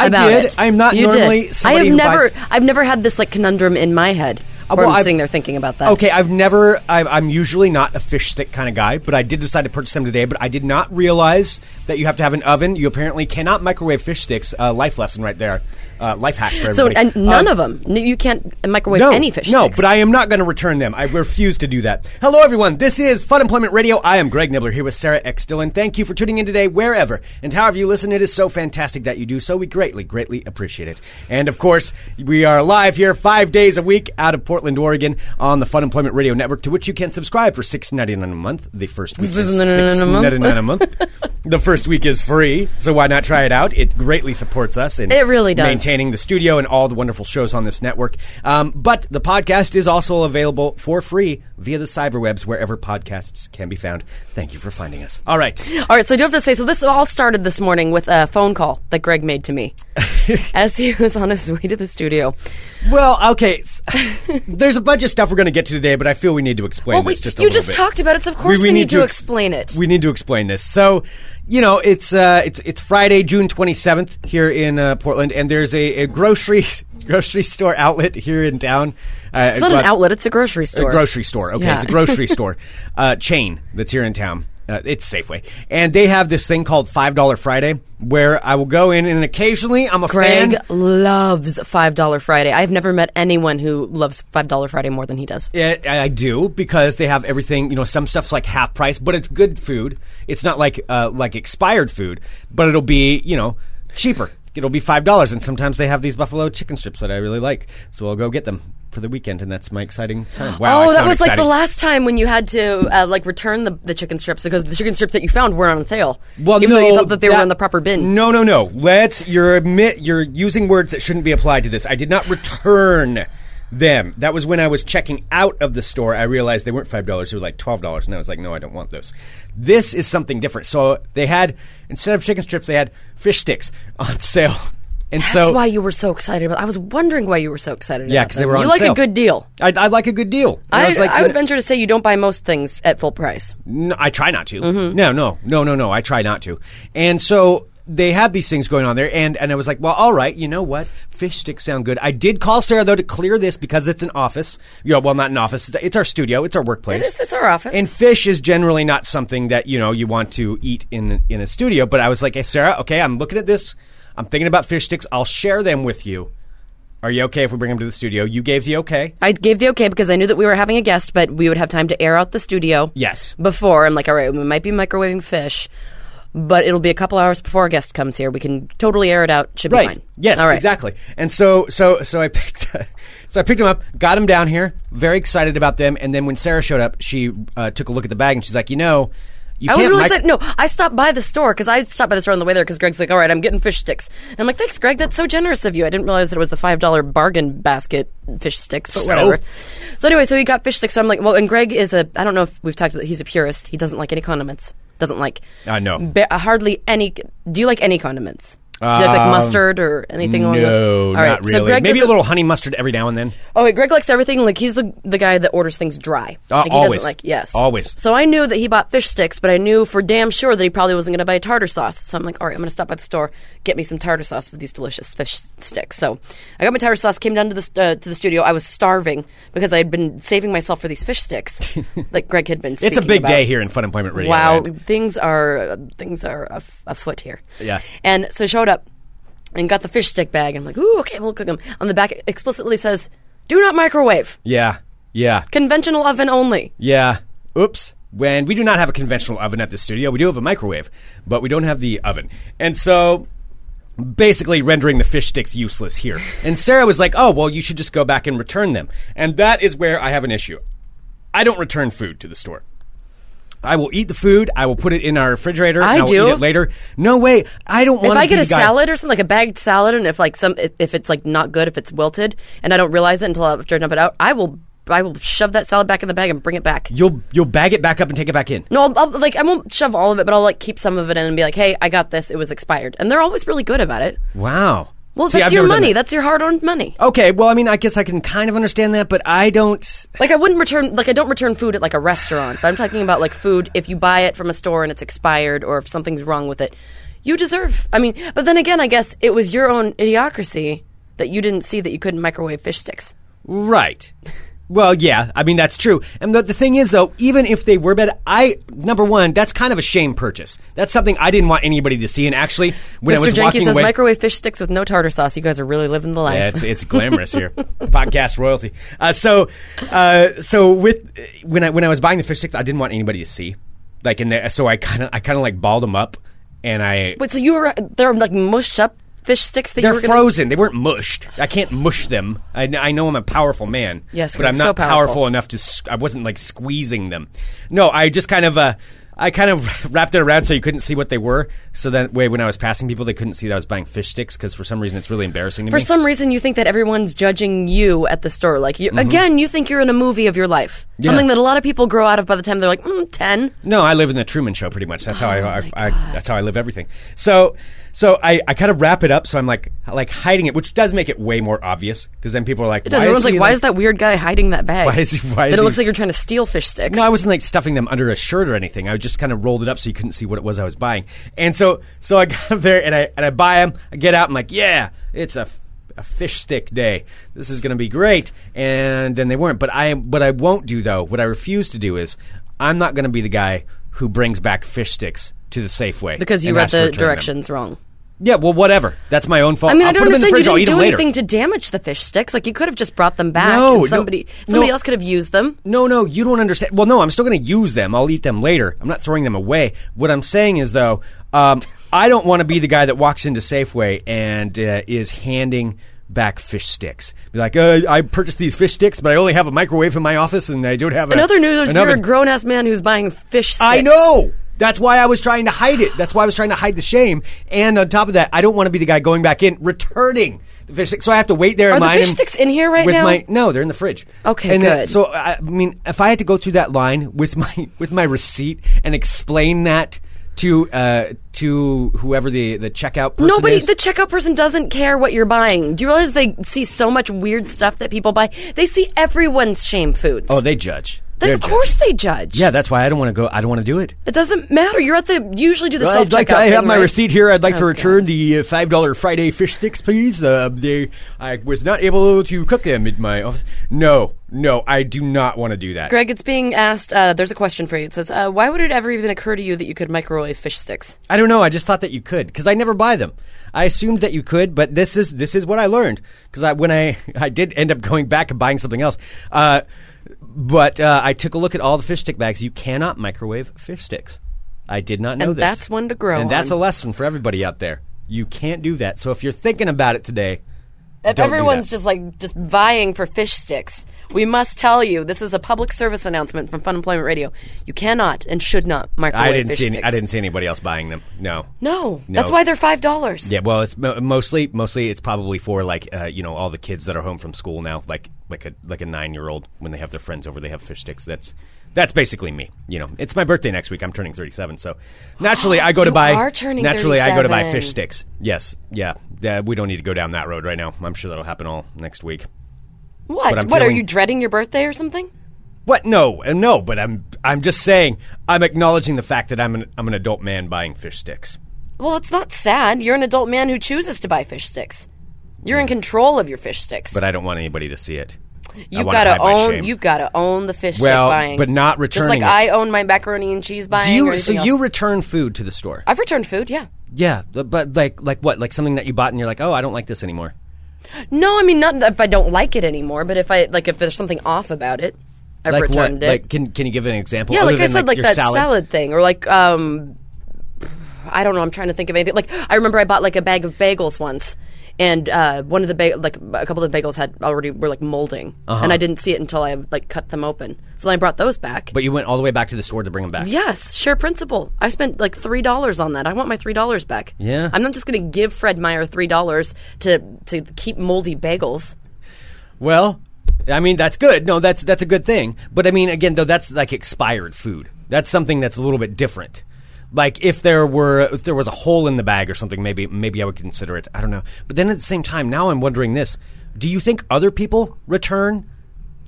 I
about
did.
It.
I am not
you
normally
Did. I
somebody
have
who
never.
buys-
I've never had this like conundrum in my head.
Uh,
Where
well,
I'm
I've-
sitting there thinking about that.
Okay, I've never. I, I'm usually not a fish stick kind of guy, but I did decide to purchase them today. But I did not realize that you have to have an oven. You apparently cannot microwave fish sticks. Uh, life lesson right there. Uh, life hack for
So
everybody.
and none
Um,
of them. N- You can't microwave
no,
any fish.
No,
sticks.
but I am not going to return them. I refuse to do that. Hello, everyone. This is Fun Employment Radio. I am Greg Nibbler here with Sarah X. Dillon. Thank you for tuning in today, wherever and however you listen. It is so fantastic that you do so. We greatly, greatly appreciate it. And of course, we are live here five days a week out of Portland, Oregon, on the Fun Employment Radio Network, to which you can subscribe for six ninety nine a month. The first week is six ninety nine a month. The first week is free, so why not try it out? It greatly supports us. In
It really does.
maintaining maintaining the studio and all the wonderful shows on this network. Um, but the podcast is also available for free via the cyberwebs wherever podcasts can be found. Thank you for finding us. All right.
All right, so I do have to say, so this all started this morning with a phone call that Greg made to me as he was on his way to the studio.
Well, okay. s- There's a bunch of stuff we're going to get to today, but I feel we need to explain
Well, we-
this just a
you
little
just
bit.
talked about it, so of course we need to
ex-
explain it.
We need to explain this. So, you know, it's uh, it's it's Friday, June 27th here in uh, Portland, and there's a, a grocery grocery store outlet here in town. Uh,
It's not an outlet; it's a grocery store.
A grocery store. Okay,
Yeah.
it's a grocery store uh, chain that's here in town. Uh, it's Safeway, and they have this thing called Five Dollar Friday, where I will go in, and occasionally I'm a
Greg
fan.
loves Five Dollar Friday. I've never met anyone who loves Five Dollar Friday more than he does.
It, I I do because they have everything. You know, some stuff's like half price, but it's good food. It's not like uh, like expired food, but it'll be you know cheaper. It'll be five dollars, and sometimes they have these buffalo chicken strips that I really like, so I'll go get them. for the weekend, and that's my exciting time. Wow, I
oh, that
sound
was like the
excited.
last time when you had to uh, like return the, the chicken strips because the chicken strips that you found were on sale.
Well,
even
no,
though you thought that they were
that-
in the proper bin.
No, no, no. Let's. You're admit. You're using words that shouldn't be applied to this. I did not return them. That was when I was checking out of the store. I realized they weren't five dollars. They were like twelve dollars, and I was like, no, I don't want those. This is something different. So they had instead of chicken strips, they had fish sticks on sale, and
That's
so
why you were so excited about. I was wondering why you were so excited.
Yeah,
about
'cause
them.
they were on
You like
sale.
a good deal.
I, I like a good deal. And
I,
was like,
I would
"Good-
venture to say you don't buy most things at full price.
No, I try not to.
Mm-hmm.
No, no, no, no, no. I try not to. And so they have these things going on there, and and I was like, well, all right, you know what? Fish sticks sound good. I did call Sarah though to clear this because it's an office. You know, well, not an office. It's our studio. It's our workplace.
It is, it's our office.
And fish is generally not something that you know you want to eat in in a studio. But I was like, hey, Sarah, okay, I'm looking at this. I'm thinking about fish sticks. I'll share them with you. Are you okay if we bring them to the studio? You gave the okay.
I gave the okay because I knew that we were having a guest, but we would have time to air out the studio.
Yes.
Before I'm like, all right, we might be microwaving fish, but it'll be a couple hours before a guest comes here. We can totally air it out. Should be
Right.
fine.
Yes,
All right.
exactly. And so so so I picked so I picked him up, got him down here, very excited about them. And then when Sarah showed up, she uh, took a look at the bag and she's like, you know, you
I was
can't
really
mic-
excited. No, I stopped by the store because I stopped by the store on the way there because Greg's like, all right, I'm getting fish sticks. And I'm like, thanks, Greg. That's so generous of you. I didn't realize that it was the $5 bargain basket fish sticks, but
So?
whatever. So anyway, so he got fish sticks. So I'm like, well, and Greg is a, I don't know if we've talked about He's a purist. He doesn't like any condiments. Doesn't like.
I know.
ba- uh, hardly any. Do you like any condiments? Do you like, like
Um,
mustard or anything along those-
No,
All
not
right,
really.
So Greg
Maybe a
doesn't-
little honey mustard every now and then.
Oh, wait, Greg likes everything. Like he's the the guy that orders things dry.
Uh,
like, he
always.
Doesn't like yes,
Always.
So I knew that he bought fish sticks, but I knew for damn sure that he probably wasn't going to buy tartar sauce. So I'm like, all right, I'm going to stop by the store, get me some tartar sauce for these delicious fish sticks. So I got my tartar sauce, came down to the st- uh, to the studio. I was starving because I had been saving myself for these fish sticks, like Greg had been.
It's a
speaking
big
about.
day here in Fun Employment Radio.
Wow,
right?
things are things are af- afoot here.
Yes.
And so I showed up and got the fish stick bag. I'm like, ooh, okay, we'll cook them. On the back, it explicitly says, "Do not microwave.
Yeah, yeah,
Conventional oven only."
yeah. Oops. When we do not have a conventional oven at the studio, we do have a microwave, but we don't have the oven. And so basically rendering the fish sticks useless here. And Sarah was like, "Oh, well, you should just go back and return them." And that is where I have an issue. I don't return food to the store. I will eat the food. I will put it in our refrigerator.
I
and I will
do.
eat it later. No way. I don't want.
If I get
be
a
the guy-
salad or something like a bagged salad, and if like some if- if it's like not good, if it's wilted, and I don't realize it until after I dump it out, I will I will shove that salad back in the bag and bring it back.
you'll you'll bag it back up and take it back in.
No, I'll, I'll, like I won't shove all of it, but I'll like keep some of it in and be like, "Hey, I got this. It was expired," and they're always really good about it.
Wow.
Well,
See,
that's
I've
your
never done
money.
that.
That's your hard-earned money.
okay. Well, I mean, I guess I can kind of understand that, but I don't.
Like I wouldn't return like I don't return food at like a restaurant, but I'm talking about like food if you buy it from a store and it's expired or if something's wrong with it. You deserve. I mean, but then again, I guess it was your own idiocracy that you didn't see that you couldn't microwave fish sticks.
Right. Well, yeah. I mean, that's true. And the, the thing is, though, even if they were bad, I number one, that's kind of a shame purchase. That's something I didn't want anybody to see. And actually, when I
Mr.
was
Jenkins
walking
says
away,
microwave fish sticks with no tartar sauce. You guys are really living the life.
yeah, it's it's glamorous here, podcast royalty. Uh, so, uh, so with when I when I was buying the fish sticks, I didn't want anybody to see, like in there. So I kind of I kind of like balled them up, and I
Wait, so you were they're like mushed up fish sticks that you
They're
were gonna-
frozen. They weren't mushed. I can't mush them. I, kn- I know I'm a powerful man.
Yes,
but I'm
so
not
powerful.
enough to. s I wasn't like squeezing them. No, I just kind of. Uh, I kind of wrapped it around so you couldn't see what they were. So that way, when I was passing people, they couldn't see that I was buying fish sticks because for some reason it's really embarrassing to
For
me.
some reason, you think that everyone's judging you at the store. Like, you,
Mm-hmm.
again, you think you're in a movie of your life. Something that a lot of people grow out of by the time they're like, mm, 10.
No, I live in the Truman Show pretty much. That's how I, I, I that's how I live everything. So so I, I kind of wrap it up. So I'm like like hiding it, which does make it way more obvious because then people are like,
It does. Everyone's like, why is that weird guy hiding that bag?
Why is he- why is
Then it
he-
looks like you're trying to steal fish sticks.
No, I wasn't like stuffing them under a shirt or anything. I just kind of rolled it up so you couldn't see what it was I was buying. And so, so I got up there and I and I buy them. I get out. I'm like, yeah, it's a, f- a fish stick day. This is going to be great. And then they weren't. But I what I won't do though, what I refuse to do is, I'm not going to be the guy who brings back fish sticks to the Safeway
because you
and
read
asks to
the
return them.
directions wrong.
Yeah, well, whatever. That's my own fault.
I mean,
I'll
I don't
put 'em in the
understand. You
fridge, I'll eat
didn't
'em
do
later.
anything to damage the fish sticks. Like, you could have just brought them back.
No,
and
no,
somebody
no.
somebody else could have used them.
No, no, you don't understand. Well, no, I'm still going to use them. I'll eat them later. I'm not throwing them away. What I'm saying is, though, um, I don't want to be the guy that walks into Safeway and uh, is handing back fish sticks. Be like, uh, I purchased these fish sticks, but I only have a microwave in my office, and I don't have a,
Another news:
an
you're a
oven."
grown ass man who's buying fish sticks.
I know. That's why I was trying to hide it. That's why I was trying to hide the shame. And on top of that, I don't want to be the guy going back in, returning the fish sticks. So I have to wait there.
Are
in
the
line
fish
and-
sticks in here right
with
now?
My, no, they're in the fridge.
Okay,
And that-
good.
so I mean, if I had to go through that line with my with my receipt and explain that to uh, to whoever the the checkout person
Nobody,
is,
the checkout person doesn't care what you're buying. Do you realize they see so much weird stuff that people buy? They see everyone's shame foods.
oh, they judge.
They-
They're
of
judge.
course they judge.
Yeah, that's why I don't want to go. I don't want to do it.
it doesn't matter. You're at the usually do the self
I'd like
checkout.
to, I have my
right?
receipt here. I'd like to
Oh,
return the uh, five dollar Friday fish sticks, please. Uh, they, I was not able to cook them in my office. No, no, I do not want to do that.
Greg, it's being asked. Uh, there's a question for you. It says, uh, "Why would it ever even occur to you that you could microwave fish sticks?"
I don't know. I just thought that you could because I never buy them. I assumed that you could, but this is this is what I learned because I when I I did end up going back and buying something else. Uh, but uh, I took a look at all the fish stick bags. You cannot microwave fish sticks. I did not know
And
this.
that's one to grow
And that's a
on.
lesson for everybody out there. You can't do that. So if you're thinking about it today,
If
Don't do
everyone's
that.
just like just vying for fish sticks, we must tell you this is a public service announcement from Fun Employment Radio. You cannot and should not microwave
I didn't
fish
see any,
sticks.
I didn't see anybody else buying them. No.
No,
No.
that's why they're five dollars.
Yeah, well, it's mo- mostly mostly it's probably for like uh, you know all the kids that are home from school now, like like a like a nine year old when they have their friends over, they have fish sticks. That's that's basically me. You know, it's my birthday next week. I'm turning 37, so naturally I go to
You
buy.
are turning
naturally I go to buy
37.
fish sticks. Yes, yeah, yeah. We don't need to go down that road right now. I'm sure that'll happen all next week.
What?
But I'm
What are
feeling-
you dreading your birthday or something?
What? No, uh, no. But I'm I'm just saying I'm acknowledging the fact that I'm an I'm an adult man buying fish sticks.
Well, it's not sad. You're an adult man who chooses to buy fish sticks. You're in control of your fish sticks.
but I don't want anybody to see it.
you've
got
gotta
to
own. You've got to own the fish
Well,
stick buying,
but not
Just like
returning it.
I own my macaroni and cheese buying.
Do
or
you? So
anything else.
you return food to the store?
I've returned food. Yeah.
yeah, but like, like what? Like something that you bought and you're like, oh, I don't like this anymore.
No, I mean not if I don't like it anymore, but if I like if there's something off about it, I've
like what?
returned it.
Like, can can you give an example?
yeah,
other
like I
than,
said, like,
your
that
salad.
salad. thing, or like um, I don't know. I'm trying to think of anything. Like I remember I bought like a bag of bagels once, and uh, one of the ba- like a couple of the bagels had already were like molding,
Uh-huh.
and I didn't see it until I like cut them open. So then I brought those back.
But you went all the way back to the store to bring them back.
Yes, share principle. I spent like three dollars on that. I want my three dollars back.
Yeah.
I'm not just going to give Fred Meyer three dollars to to keep moldy bagels.
Well, I mean that's good. No, that's that's a good thing. But I mean, again, though, that's like expired food. That's something that's a little bit different. Like if there were if there was a hole in the bag or something, maybe maybe I would consider it. I don't know. But then at the same time, now I'm wondering this: Do you think other people return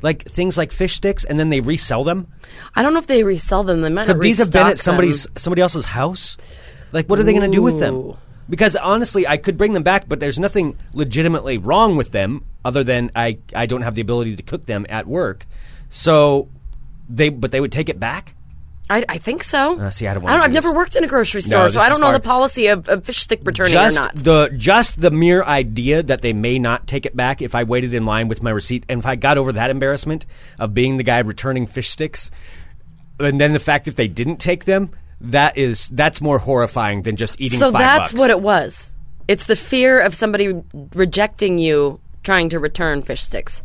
like things like fish sticks and then they resell them?
I don't know if they resell them. They might
Could
not
these have been at
restock
somebody's
them.
somebody else's house? Like, what are they going to do with them?
Ooh.
Because honestly, I could bring them back, but there's nothing legitimately wrong with them other than I I don't have the ability to cook them at work. So they but they would take it back.
I, I think so.
Uh, see, I don't
I don't
wanna
I've
do
never
this.
worked in a grocery store, so
this
I
is
don't know the
hard.
policy of, of fish stick returning
just
or not.
the just the mere idea that they may not take it back if I waited in line with my receipt and if I got over that embarrassment of being the guy returning fish sticks, and then the fact if they didn't take them, that is that's more horrifying than just eating.
so
five
that's
bucks.
what it was. It's the fear of somebody rejecting you trying to return fish sticks.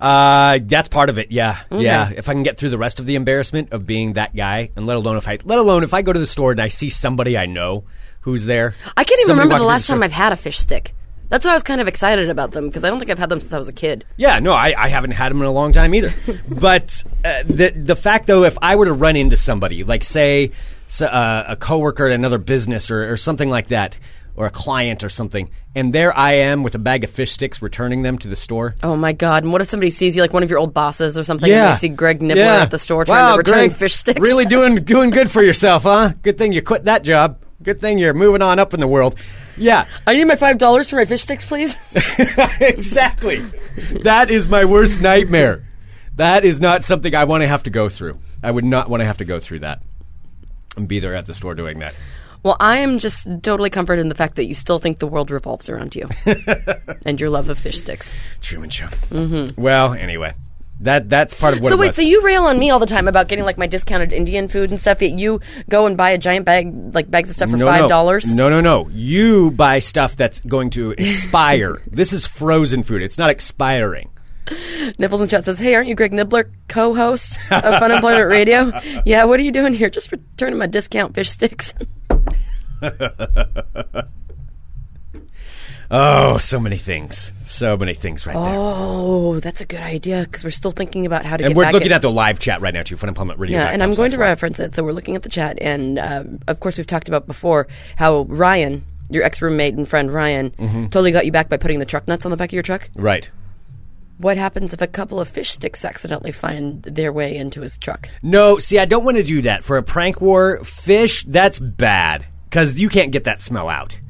Uh, that's part of it. Yeah, yeah. If I can get through the rest of the embarrassment of being that guy, and let alone if I let alone if I go to the store and I see somebody I know who's there.
I can't even
Somebody
remember
walking
the
through
last time
store-
I've had a fish stick. That's why I was kind of excited about them because I don't think I've had them since I was a kid.
Yeah, no, I, I haven't had them in a long time either. but uh, the the fact though, if I were to run into somebody, like say s uh, a coworker at another business or, or something like that, or a client or something, and there I am with a bag of fish sticks, returning them to the store.
Oh my god! And what if somebody sees you, like one of your old bosses or something, and they see Greg Nibbler
Yeah.
at the store trying
Wow,
to return
Greg,
fish sticks?
Really doing doing good for yourself, huh? Good thing you quit that job. Good thing you're moving on up in the world. Yeah,
I need my five dollars for my fish sticks, please.
exactly. that is my worst nightmare. That is not something I want to have to go through. I would not want to have to go through that and be there at the store doing that.
Well, I am just totally comforted in the fact that you still think the world revolves around you and your love of fish sticks.
Truman Show. Mm-hmm. Well, anyway, That that's part of what.
so
it
wait,
was.
so you rail on me all the time about getting like my discounted Indian food and stuff. Yet you go and buy a giant bag, like bags of stuff for
No, no.
five dollars.
No, no, no. You buy stuff that's going to expire. this is frozen food. It's not expiring.
Nipples in chat says, "Hey, aren't you Greg Nibbler, co-host of Fun Employment Radio? Yeah, what are you doing here? Just returning my discount fish sticks."
Oh, so many things. So many things right there.
oh, that's a good idea because we're still thinking about how to.
And
get
we're
back
looking at the live chat right now too. Funemployment Radio.
Yeah, and I'm going to reference it. So we're looking at the chat, and uh, of course, we've talked about before how Ryan, your ex roommate and friend Ryan,
Mm-hmm.
totally got you back by putting the truck nuts on the back of your truck.
Right.
What happens if a couple of fish sticks accidentally find their way into his truck?
No, see, I don't want to do that for a prank war. Fish, that's bad because you can't get that smell out,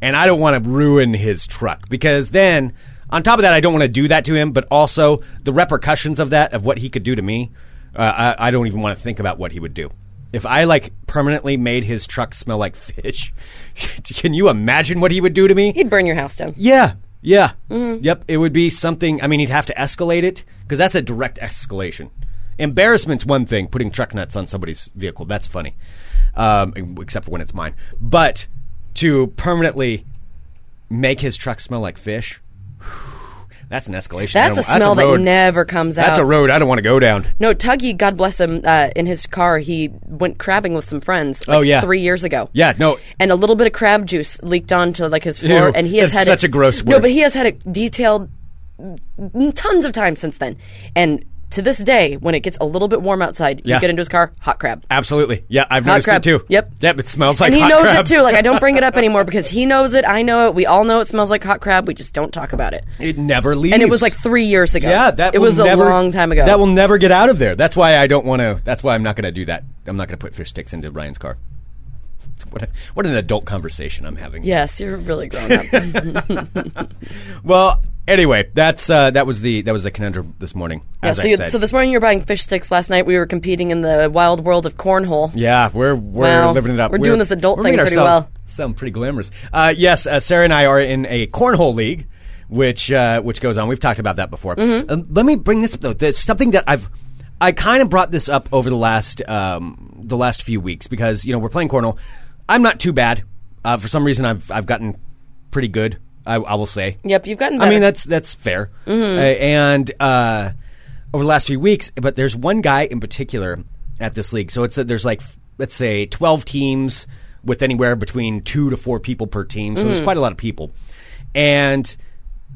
and I don't want to ruin his truck because then, on top of that, I don't want to do that to him. But also the repercussions of that, of what he could do to me, uh, I, I don't even want to think about what he would do if I like permanently made his truck smell like fish. can you imagine what he would do to me?
He'd burn your house down.
Yeah. Yeah.
Mm-hmm.
Yep. It would be something. I mean, he'd have to escalate it because that's a direct escalation. Embarrassment's one thing. Putting truck nuts on somebody's vehicle, that's funny. Um, except for when it's mine. But to permanently make his truck smell like fish, that's an escalation. I
That's a
don't-
smell that
road-
never comes out.
That's a road I don't want to go down.
No, Tuggy, God bless him, uh, in his car, he went crabbing with some friends. Like,
Oh, yeah.
three years ago.
Yeah, no.
and a little bit of crab juice leaked onto like his floor,
Ew,
and he has
that's
had
such
it,
a gross
No,
word.
but he has had it detailed mm, tons of times since then, and to this day, when it gets a little bit warm outside, you
Yeah.
get into his car, hot crab.
Absolutely. Yeah, I've
Hot
noticed it
crab.
too.
Yep.
Yep, it smells like
and he
hot
knows
crab.
it too. Like I don't bring it up anymore because he knows it. I know it. We all know it smells like hot crab. We just don't talk about it.
It never leaves.
And it was like three years ago.
Yeah, that
it
will
was
never-
a long time ago.
That will never get out of there. That's why I don't want to. That's why I'm not going to do that. I'm not going to put fish sticks into Ryan's car. What, a, what an adult conversation I'm having.
yes, you're really grown up.
Well, anyway, that's uh, that was the that was the conundrum this morning.
Yeah,
as
so,
I
you,
said.
so this morning you were buying fish sticks. Last night we were competing in the wild world of cornhole.
Yeah, we're we're
Wow.
living it up.
We're doing this adult
we're
thing
making
pretty
ourselves
well.
Sound pretty glamorous. Uh, yes, uh, Sarah and I are in a cornhole league, which uh, which goes on. We've talked about that before.
Mm-hmm.
Um, let me bring this up though. There's something that I've I kind of brought this up over the last um, the last few weeks because you know we're playing cornhole. I'm not too bad. Uh, for some reason, I've I've gotten pretty good. I, I will say.
Yep, you've gotten
I mean
better. Mm-hmm.
that's that's fair. Uh, and uh, over the last few weeks, but there's one guy in particular at this league. So it's uh, there's like let's say 12 teams with anywhere between two to four people per team. So there's
Mm-hmm.
quite a lot of people, and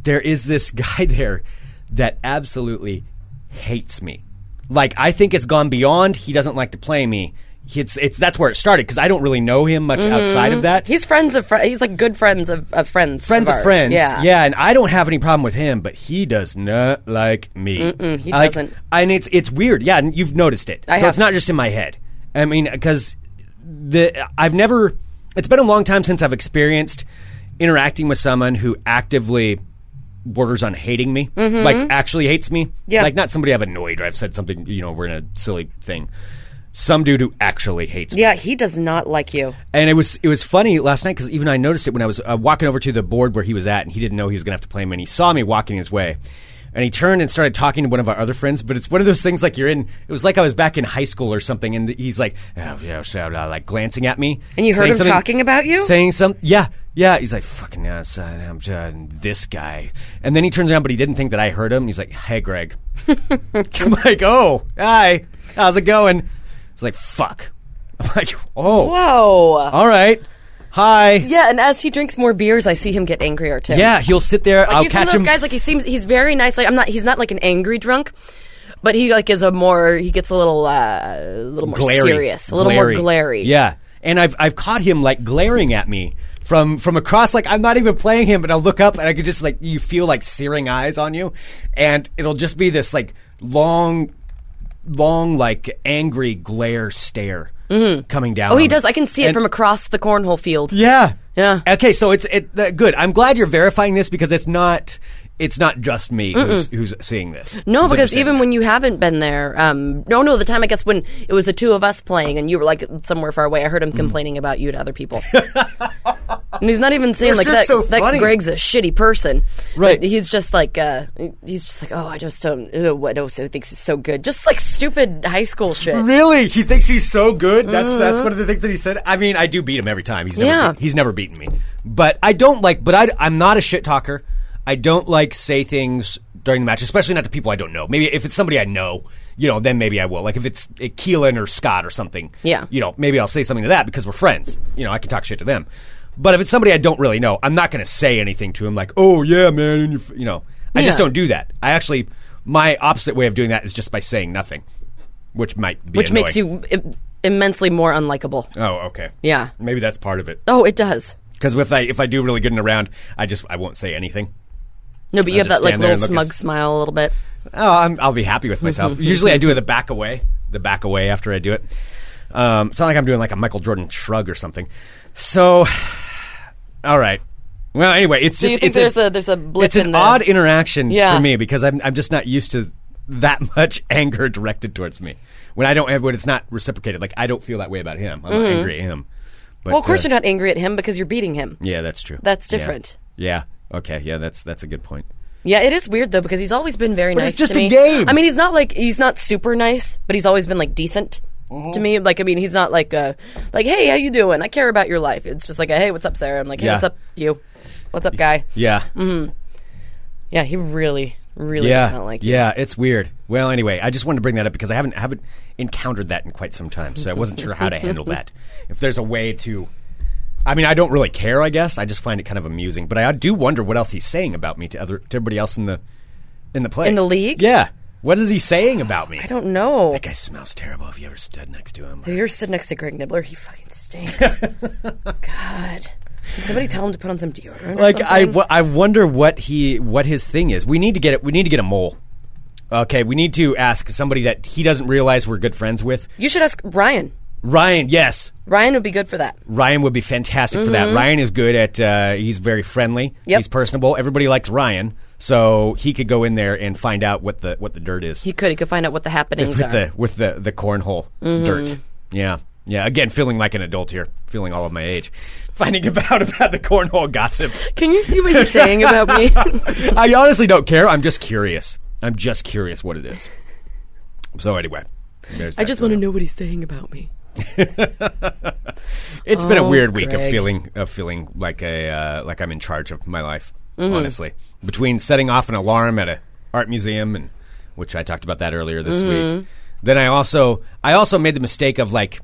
there is this guy there that absolutely hates me. Like I think it's gone beyond. He doesn't like to play me. It's, it's that's where it started because I don't really know him much outside
Mm-hmm.
of that
He's friends of fri he's like good friends of, of friends.
friends of,
ours.
friends.
Yeah.
and I don't have any problem with him, but he does not like me.
he
Like,
doesn't.
And it's it's weird. Yeah, and you've noticed it.
I
so it's
have.
not just in my head. I mean, because the I've never. It's been a long time since I've experienced interacting with someone who actively borders on hating me, like actually hates me.
Mm-hmm. Yeah.
like not somebody I've annoyed or I've said something. You know, we're in a silly thing. Some dude who actually hates me
Yeah, he does not like you.
and it was it was funny last night because even I noticed it when I was uh, walking over to the board where he was at, and he didn't know he was going to have to play him, and he saw me walking his way, and he turned and started talking to one of our other friends. But it's one of those things like you're in. It was like I was back in high school or something, and he's like, oh, yeah, so, uh, like glancing at me,
And you heard
saying
him
something-
talking about you?
saying some, yeah, yeah. He's like, fucking uh, son, I'm uh, this guy, and then he turns around, but he didn't think that I heard him. He's like, hey, Greg. I'm like, oh, hi, how's it going? He's like, fuck. I'm like, oh,
Whoa.
all right. Hi. Yeah.
Yeah, and as he drinks more beers, I see him get angrier too.
he'll sit there.
Like
I'll
he's
catch
one of those
him.
guys like he seems he's very nice. Like I'm not he's not like an angry drunk. But he like is a more he gets a little uh, a little more
glary.
serious, a little more glary.
Yeah, and I've I've caught him like glaring at me from from across. Like I'm not even playing him, but I'll look up and I could just like you feel like searing eyes on you, and it'll just be this like long, long like angry glare stare coming down.
Oh, he does. I can see it
And-
from across the cornhole field.
Yeah.
Yeah.
Okay, so it's it uh, good. I'm glad you're verifying this because it's not it's not just me who's, who's seeing this.
No,
Who's
because
understanding
even
it.
when you haven't been there, um, no, no, the time I guess when it was the two of us playing and you were like somewhere far away, I heard him
Mm.
complaining about you to other people. and he's not even saying
It's
like
just
that.
so
that
funny.
Greg's a shitty person, But
Right.
he's just like uh, he's just like oh, I just don't. Uh, what else thinks he's so good? Just like stupid high school shit.
Really, he thinks he's so good. That's that's one of the things that he said. I mean, I do beat him every time. He's never
Mm-hmm. Yeah.
beat- he's never beaten me. But I don't like. But I I'm not a shit talker. I don't like say things during the match, especially not to people I don't know. Maybe if it's somebody I know, you know, then maybe I will. Like if it's uh, Keelan or Scott or something,
Yeah.
you know, maybe I'll say something to that because we're friends. You know, I can talk shit to them. But if it's somebody I don't really know, I'm not going to say anything to him like, "Oh yeah, man," and you, f-" you know, I just
Yeah.
don't do that. I actually, my opposite way of doing that is just by saying nothing, which might be
which
annoying.
makes you im- immensely more unlikable.
Oh, okay.
Yeah.
Maybe that's part of it.
Oh, it does.
Because if I if I do really good in a round, I just I won't say anything.
No, but you
I'll
have
Uh, just
that like
stand there
little
and look
smug
as-
smile a little bit.
Oh, I'm, I'll be happy with myself. Usually, I do the back away, the back away after I do it. Um, it's not like I'm doing like a Michael Jordan shrug or something. So, all right. Well, anyway, it's
Do
just
you think
it's a-
there's a, there's a blip
it's an
in the,
odd interaction
Yeah.
for me because I'm I'm just not used to that much anger directed towards me when I don't have when it's not reciprocated. Like I don't feel that way about him. I'm not angry at him. But,
Mm-hmm. Well, of course
uh,
you're not angry at him because you're beating him.
Yeah, that's true.
That's
Yeah.
different.
Yeah. Okay. Yeah, that's that's a good point.
Yeah, it is weird though because he's always been very
But
nice
it's just
to
a
me.
game.
I mean, he's not like he's not super nice, but he's always been like decent
Mm-hmm.
to me. Like, I mean, he's not like uh like hey, how you doing? I care about your life. It's just like a, hey, what's up, Sarah? I'm like, hey,
Yeah.
what's up, you? What's up, guy?
Yeah.
Yeah, he really, really
yeah.
does Mm-hmm. not like you.
yeah. It's weird. Well, anyway, I just wanted to bring that up because I haven't haven't encountered that in quite some time, so I wasn't sure how to handle that. If there's a way to, I mean, I don't really care. I guess I just find it kind of amusing, but I do wonder what else he's saying about me to other to everybody else in the in the place
In the league?
Yeah. What is he saying about me?
I don't know.
That guy smells terrible. Have you ever stood next to him?
If you're stood next to Greg Nibbler, he fucking stinks. God. Can somebody tell him to put on some deodorant?
like
or something?
I, w- I wonder what he what his thing is we need to get it we need to get a mole okay we need to ask somebody that he doesn't realize we're good friends with
you should ask Ryan.
ryan yes
Ryan would be good for that.
ryan would be fantastic for that ryan is good at uh, he's very friendly
Mm-hmm. Yep.
he's personable everybody likes ryan so he could go in there and find out what the what the dirt is
He could. He could find out what the happenings
with
are.
the with the the cornhole
Mm-hmm.
dirt yeah yeah again feeling like an adult here feeling all of my age finding out about the cornhole gossip
Can you see what you're saying about me?
I honestly don't care. I'm just curious. I'm just curious what it is. So anyway,
I just want to know what he's saying about me.
It's been a
Oh,
weird week of
Greg.
feeling of feeling like a uh, like I'm in charge of my life.
Mm-hmm.
Honestly, between setting off an alarm at a art museum and which I talked about that earlier this
Mm-hmm.
week, then I also I also made the mistake of like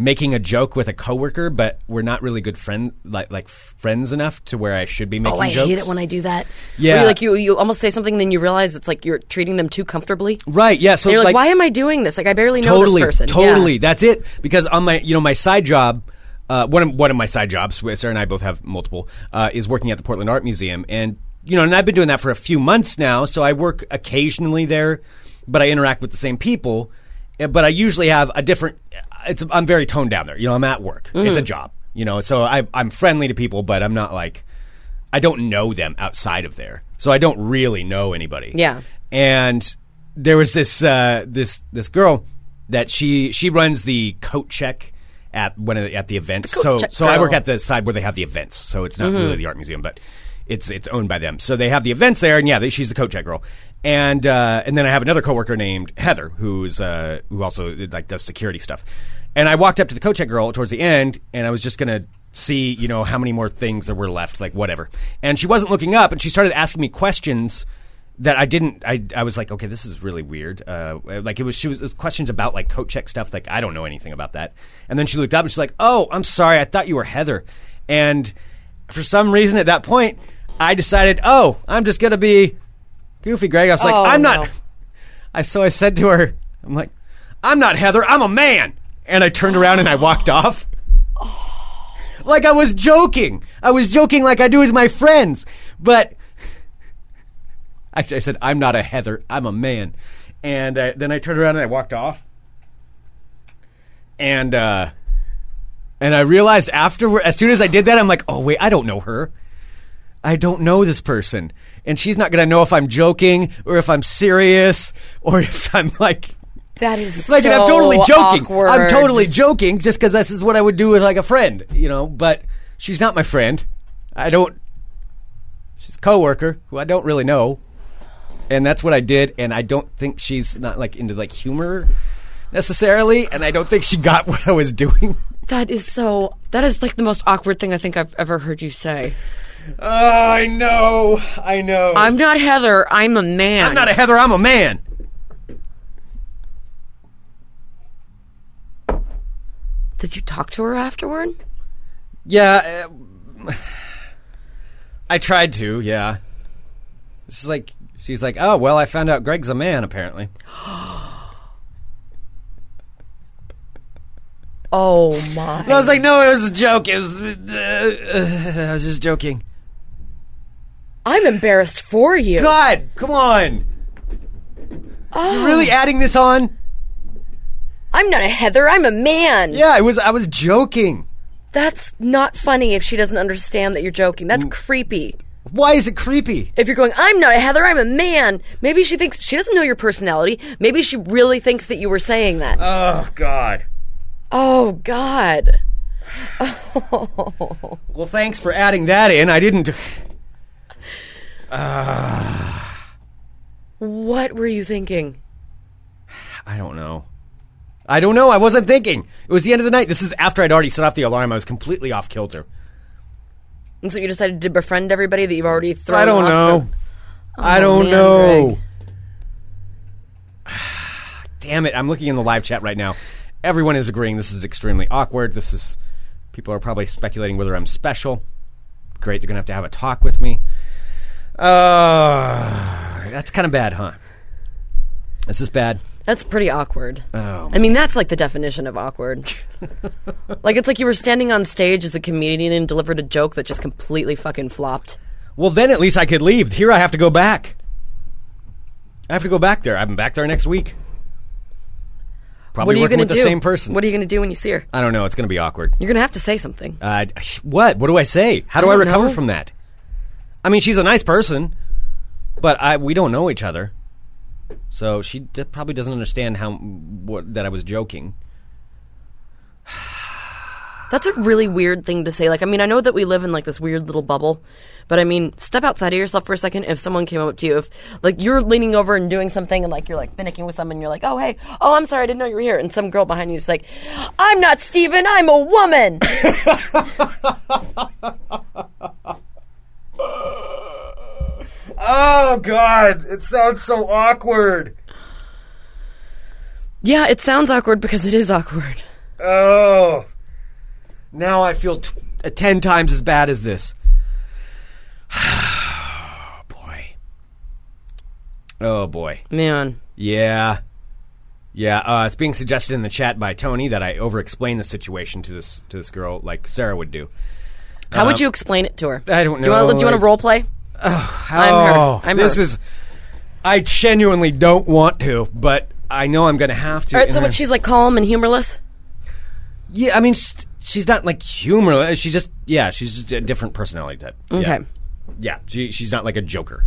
making a joke with a coworker, but we're not really good friend like like friends enough to where I should be making
Oh, I
jokes.
hate it when I do that.
Yeah.
Where you, like you, you almost say something, then you realize it's like you're treating them too comfortably.
right? Yeah. So
And you're like,
like
why am I doing this? Like, I barely know
totally,
this person. Yeah.
Totally, that's it. Because on my, you know, my side job, uh, one of, one of my side jobs, wh- Sarah and I both have multiple, uh, is working at the Portland Art Museum, and you know, and I've been doing that for a few months now. So I work occasionally there, but I interact with the same people. eh, But I usually have a different. It's I'm very toned down there. You know, I'm at work. It's
Mm.
a job. You know, so I, I'm friendly to people, but I'm not like I don't know them outside of there, so I don't really know anybody.
Yeah.
And there was this uh, this this girl that she she runs the coat check at one of the, at the events.
coat
so
check
so I work
girl. Mm-hmm.
at the side where they have the events. So it's not really the art museum, but it's it's owned by them. So they have the events there, and yeah, they, she's the coat check girl. And uh, and then I have another coworker named Heather who's uh, who also like does security stuff. And I walked up to the coat check girl towards the end, and I was just gonna see you know how many more things there were left, like whatever. And she wasn't looking up, and she started asking me questions that I didn't. I I was like, okay, this is really weird. Uh, like it was, she was, it was questions about like coat check stuff. Like I don't know anything about that. And then she looked up and she's like, oh, I'm sorry, I thought you were Heather. And for some reason, at that point, I decided, oh, I'm just gonna be goofy, Greg. I was like,
Oh,
I'm
no.
not. I so I said to her, I'm like, I'm not Heather. I'm a man. And I turned around and I walked off. Like I was joking. I was joking like I do with my friends, but. Actually, I said, I'm not a Heather. I'm a man. And uh, then I turned around and I walked off. And uh, and I realized afterward, as soon as I did that, I'm like, oh, wait, I don't know her. I don't know this person, and she's not going to know if I'm joking or if I'm serious or if I'm like
That is
like,
so
and I'm totally joking.
awkward.
I'm totally joking, just because this is what I would do with like a friend, you know. But she's not my friend. I don't. She's a coworker who I don't really know, and that's what I did. And I don't think she's not like into like humor necessarily, and I don't think she got what I was doing.
That is so. That is like the most awkward thing I think I've ever heard you say.
Oh, I know, I know.
I'm not Heather. I'm a man.
I'm not a Heather. I'm a man.
Did you talk to her afterward?
Yeah. uh, I tried to, yeah. She's like she's like, "Oh, well, I found out Greg's a man apparently."
Oh my!
And I was like, "No, it was a joke. It was uh, uh, I was just joking."
I'm embarrassed for you.
God, come on. You're really adding this on?
I'm not a Heather. I'm a man.
Yeah, it was I was joking.
That's not funny if she doesn't understand that you're joking. That's
Mm.
creepy.
Why is it creepy?
If you're going, I'm not a Heather, I'm a man, maybe she thinks she doesn't know your personality. Maybe she really thinks that you were saying that.
Oh god.
oh, God.
Well, thanks for adding that in. I didn't
What were you thinking?
I don't know. I don't know. I wasn't thinking. It was the end of the night. This is after I'd already set off the alarm. I was completely off kilter.
And so you decided to befriend everybody that you've already thrown
I don't
off
know.
the-
I don't
Oh, man,
know.
Greg.
Damn it. I'm looking in the live chat right now. Everyone is agreeing this is extremely awkward. This is people are probably speculating whether I'm special. Great, they're going to have to have a talk with me. Uh, that's kind of bad, huh? This is bad.
That's pretty awkward.
Oh.
I mean, that's like the definition of awkward. like, it's like you were standing on stage as a comedian and delivered a joke that just completely fucking flopped.
Well, then at least I could leave. Here I have to go back. I have to go back there. I'm back there next week. Probably
what are you
working
going to
with
do?
the same person. Uh,
What are you going to do when you see her?
I don't know. It's going to be awkward.
You're going to have to say something.
Uh, what? What do I say? How do I,
I don't
recover
know.
from that? I mean, she's a nice person, but I we don't know each other, so she d- probably doesn't understand how what, that I was joking.
That's a really weird thing to say. Like, I mean, I know that we live in like this weird little bubble, but I mean, step outside of yourself for a second. If someone came up to you, if like you're leaning over and doing something, and like you're like finicking with someone, you're like, "Oh hey, oh I'm sorry, I didn't know you were here," and some girl behind you is like, "I'm not Steven, I'm a woman."
Oh God! It sounds so awkward.
yeah, it sounds awkward because it is awkward.
Oh, now I feel t- uh, ten times as bad as this. boy. Oh boy.
Man,
Yeah. Yeah, uh, it's being suggested in the chat by Tony that I over-explain the situation to this to this girl like Sarah would do.
how would you explain it to her?
I don't
Do you wanna-
know,
do you want
like-
to role play? I'm her.
oh,
I'm
this
her.
is. I genuinely don't want to, but I know I'm going to have to.
All right.
and
So,
I-
what? She's like calm and humorless.
yeah, I mean, sh she's not like humorless. She just yeah, she's just a different personality type. Yeah.
Okay.
Yeah, she, she's not like a joker.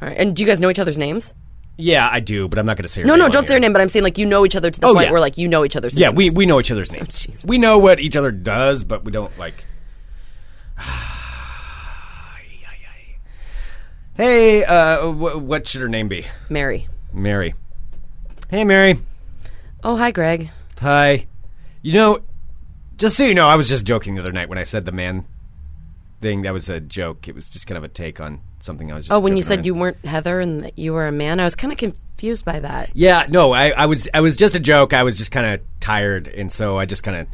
All right. And do you guys know each other's names?
Yeah, I do, but I'm not going to say. Her
No, no,
on
don't say
here.
her name. But I'm saying like you know each other to the
Oh,
point
yeah.
where like you know each other's
Yeah,
names.
we we know each other's names.
Oh, Jesus.
we know what each other does, but we don't like. hey, uh, wh- what should her name be?
Mary.
Mary. Hey, Mary.
Oh, hi, Greg.
Hi. You know, just so you know, I was just joking the other night when I said the man thing. That was a joke. It was just kind of a take on something I was. just
Oh, when you
joking
said
around.
you weren't Heather and that you were a man, I was kind of confused by that.
Yeah, no, I, I was I was just a joke. I was just kind of tired, and so I just kind of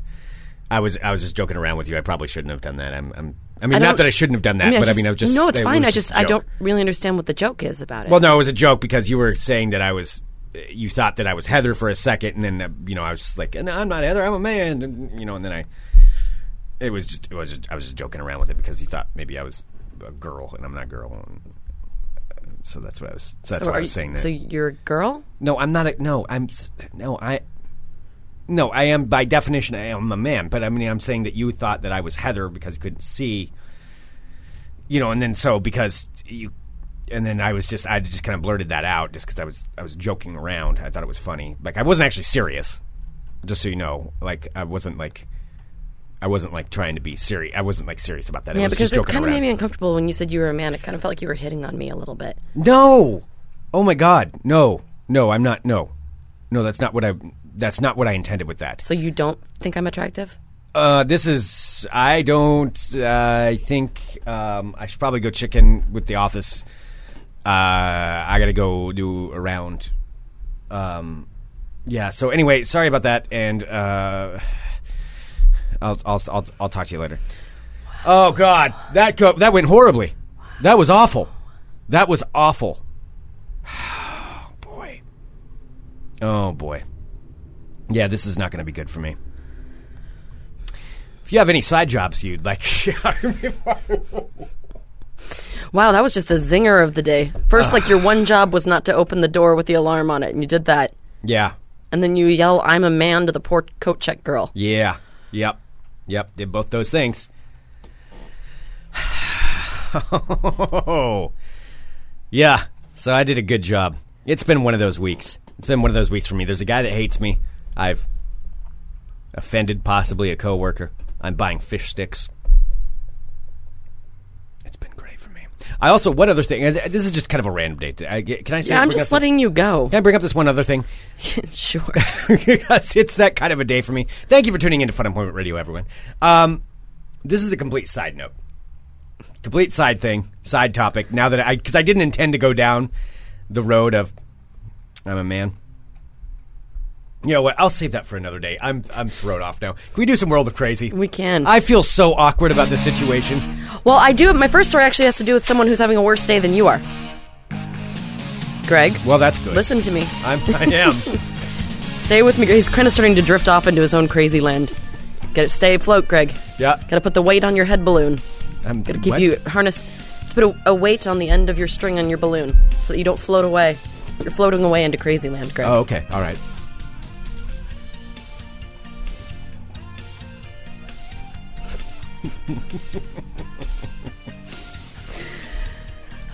I was I was just joking around with you. I probably shouldn't have done that. I'm, I'm I mean,
I
not
don't-
that I shouldn't have done that, but I mean, I was just
no, it's
it
fine.
was
I just
a
I
joke.
don't really understand what the joke is about it.
Well, no, it was a joke because you were saying that I was. You thought that I was Heather for a second, and then uh, you know I was just like, "No, I'm not Heather. I'm a man." And, you know, and then I. It was just. It was. Just, I was just joking around with it because you thought maybe I was a girl, and I'm not a girl. And So that's what I was. So that's
so
why I
are
was
you-
saying that.
So you're a girl?
No, I'm not a no. I'm s- no. I no. I am by definition. I am a man. But I mean, I'm saying that you thought that I was Heather because you couldn't see, you know, and then so because you, and then I was just I just kind of blurted that out just because I was I was joking around. I thought it was funny. Like I wasn't actually serious. Just so you know, like I wasn't like. I wasn't like trying to be serious. I wasn't like serious about that. I
Yeah,
was
because
just
it
joking
kind of
around.
made me uncomfortable when you said you were a man. It kind of felt like you were hitting on me a little bit.
No. Oh my god. No. No, I'm not no. No, that's not what I that's not what I intended with that.
So you don't think I'm attractive?
Uh this is I don't uh, I think um I should probably go chicken with the office. Uh I got to go do a round. Um yeah, so anyway, sorry about that and uh I'll I'll I'll, I'll talk to you later. Oh god, that go- that went horribly. That was awful. That was awful. boy. Oh boy. Yeah, this is not going to be good for me. If you have any side jobs you'd like,
Wow, that was just a zinger of the day. First, like
Ah.
your one job was not to open the door with the alarm on it, and you did that.
yeah,
And then you yell, I'm a man to the poor coat check girl.
yeah, yep, yep, did both those things. yeah, so I did a good job. It's been one of those weeks. It's been one of those weeks for me. There's a guy that hates me. I've offended possibly a coworker. I'm buying fish sticks. It's been great for me. I also one other thing. and th- This is just kind of a random date. I get- Can I say?
Yeah, I'm
bring up
just
some-
letting you go.
Can I bring up this one other thing?
sure.
because it's that kind of a day for me. Thank you for tuning into Fun Employment Radio, everyone. Um, this is a complete side note, complete side thing, side topic. Now that I, because I didn't intend to go down the road of I'm a man. You know what? I'll save that for another day. I'm I'm thrown off now. Can we do some World of Crazy?
We can.
I feel so awkward about this situation.
well, I do. My first story actually has to do with someone who's having a worse day than you are. Greg,
Well, that's good.
listen to me.
I'm, I am.
Stay with me. He's kind of starting to drift off into his own crazy land. Get it, stay afloat, Greg.
Yeah.
Gotta put the weight on your head balloon.
I'm
Gotta keep you harnessed. Put a, a weight on the end of your string on your balloon so that you don't float away. You're floating away into crazy land, Greg.
Oh, okay. All right.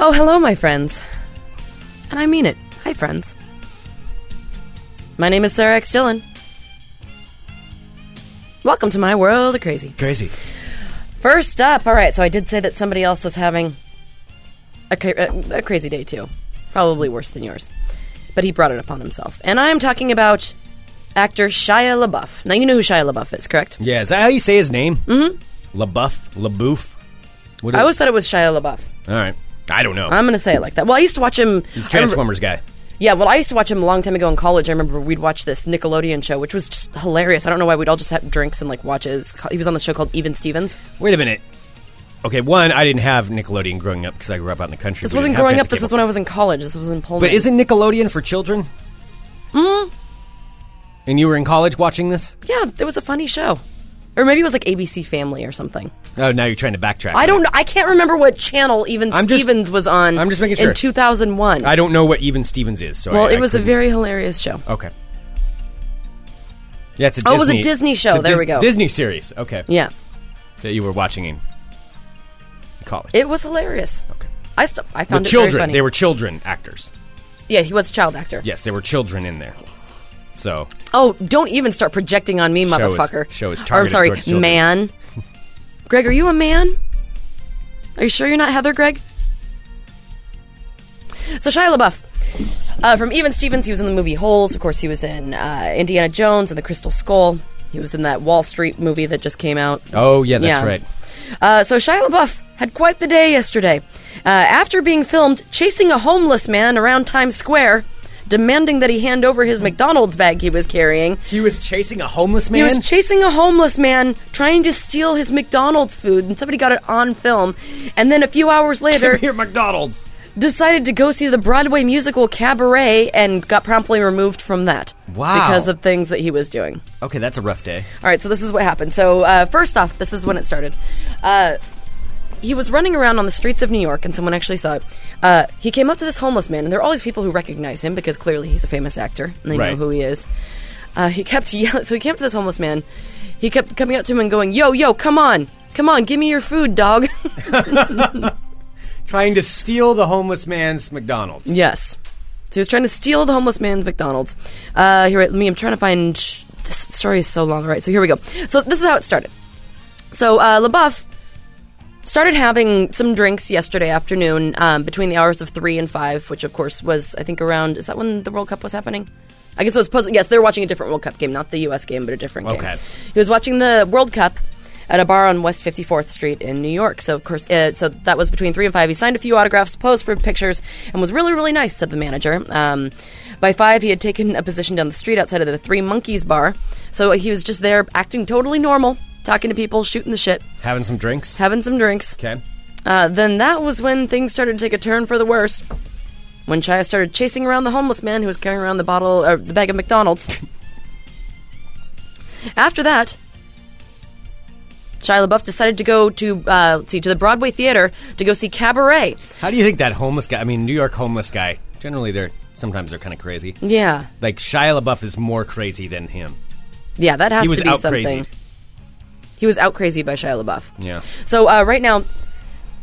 Oh, hello, my friends. And I mean it. Hi, friends. My name is Sarah X. Dillon. Welcome to my world of crazy.
Crazy.
First up, all right, so I did say that somebody else was having a, ca- a, a crazy day too. Probably worse than yours. But he brought it upon himself. And I'm talking about actor Shia LaBeouf. Now, you know who Shia LaBeouf is, correct?
Yeah. Is that how you say his name? Mm-hmm. LaBeouf. LaBouf. What
I
is-
always thought it was Shia LaBeouf.
All right. I don't know.
I'm going to say it like that. Well, I used to watch
He's
him.
a
I remember-
Transformers guy.
Yeah, well, I used to watch him a long time ago in college. I remember we'd watch this Nickelodeon show, which was just hilarious. I don't know why we'd all just have drinks and like watches. He was on the show called Even Stevens.
Wait a minute. Okay, one, I didn't have Nickelodeon growing up because I grew up out in the country.
This
We
wasn't
didn't have
growing up.
fancy
This is
cable.
when I was in college. This was Mm-hmm. in Poland.
But isn't Nickelodeon for children? Mm. And you were in college watching this?
Yeah, it was a funny show, or maybe it was like ABC Family or something.
Oh, now you're trying to backtrack.
I don't. know. I can't remember what channel Even
I'm just-
Stevens was on.
I'm just making sure.
In 2001.
I don't know what Even Stevens is. So
well,
I-
it
I
was a
couldn't-
very hilarious show.
okay. Yeah, it's a Disney.
Oh, it was a Disney show.
it's a
There
Dis-
we go.
Disney series. Okay,
Yeah,
that you were watching in college.
it was hilarious.
Okay.
I st- I
With
found it
children.
very funny.
They were children actors.
yeah, he was a child actor.
Yes, there were children in there. So
Oh, don't even start projecting on
Show
me,
is-
motherfucker.
show is
Or, I'm
targeted
sorry,
towards children.
man. Greg, are you a man? Are you sure you're not Heather, Greg? So Shia LaBeouf. Uh, from Even Stevens, he was in the movie Holes. Of course, he was in uh, Indiana Jones and the Crystal Skull. He was in that Wall Street movie that just came out.
Oh yeah, that's
Yeah.
right.
Uh, so Shia LaBeouf had quite the day yesterday. Uh, after being filmed chasing a homeless man around Times Square, demanding that he hand over his McDonald's bag he was carrying,
He was chasing a homeless man.
he was chasing a homeless man trying to steal his McDonald's food, and somebody got it on film. And then a few hours later,
here, McDonald's.
decided to go see the Broadway musical Cabaret and got promptly removed from that.
Wow.
Because of things that he was doing.
Okay, that's a rough day.
All right, so this is what happened. So, uh, first off, this is when it started. Uh, he was running around on the streets of New York, and someone actually saw it. Uh, he came up to this homeless man, and there are always people who recognize him because clearly he's a famous actor and they know
Right.
who he is. Uh, he kept yelling, so he came up to this homeless man. He kept coming up to him and going, "Yo, yo, come on, come on, give me your food, dog."
trying to steal the homeless man's McDonald's.
Yes. So he was trying to steal the homeless man's McDonald's. Uh, here, let me. I'm trying to find. This story is so long. All right, so here we go. So this is how it started. So uh, LaBeouf started having some drinks yesterday afternoon um, between the hours of three and five, which of course was I think around. Is that when the World Cup was happening? I guess it was post. Yes, they were watching a different World Cup game, not the U.S. game, but a different
Okay.
game. He was watching the World Cup at a bar on West 54th Street in New York. So of course, uh, so that was between three and five. He signed a few autographs, posed for pictures, and was really, really nice," said the manager. Um, by five, he had taken a position down the street outside of the Three Monkeys bar. So he was just there, acting totally normal, talking to people, shooting the shit,
Having some drinks.
having some drinks.
Okay.
Uh, then that was when things started to take a turn for the worse. When Shia started chasing around the homeless man who was carrying around the bottle or the bag of McDonald's. After that, Shia LaBeouf decided to go to uh, let's see to the Broadway theater to go see Cabaret.
How do you think that homeless guy? I mean, New York homeless guy. Generally, they're sometimes they're kind of crazy.
Yeah,
Like Shia LaBeouf is more crazy than him.
yeah, that has
He was
to be
out
something.
crazy.
He was out crazy by Shia LaBeouf.
Yeah.
So uh, right now,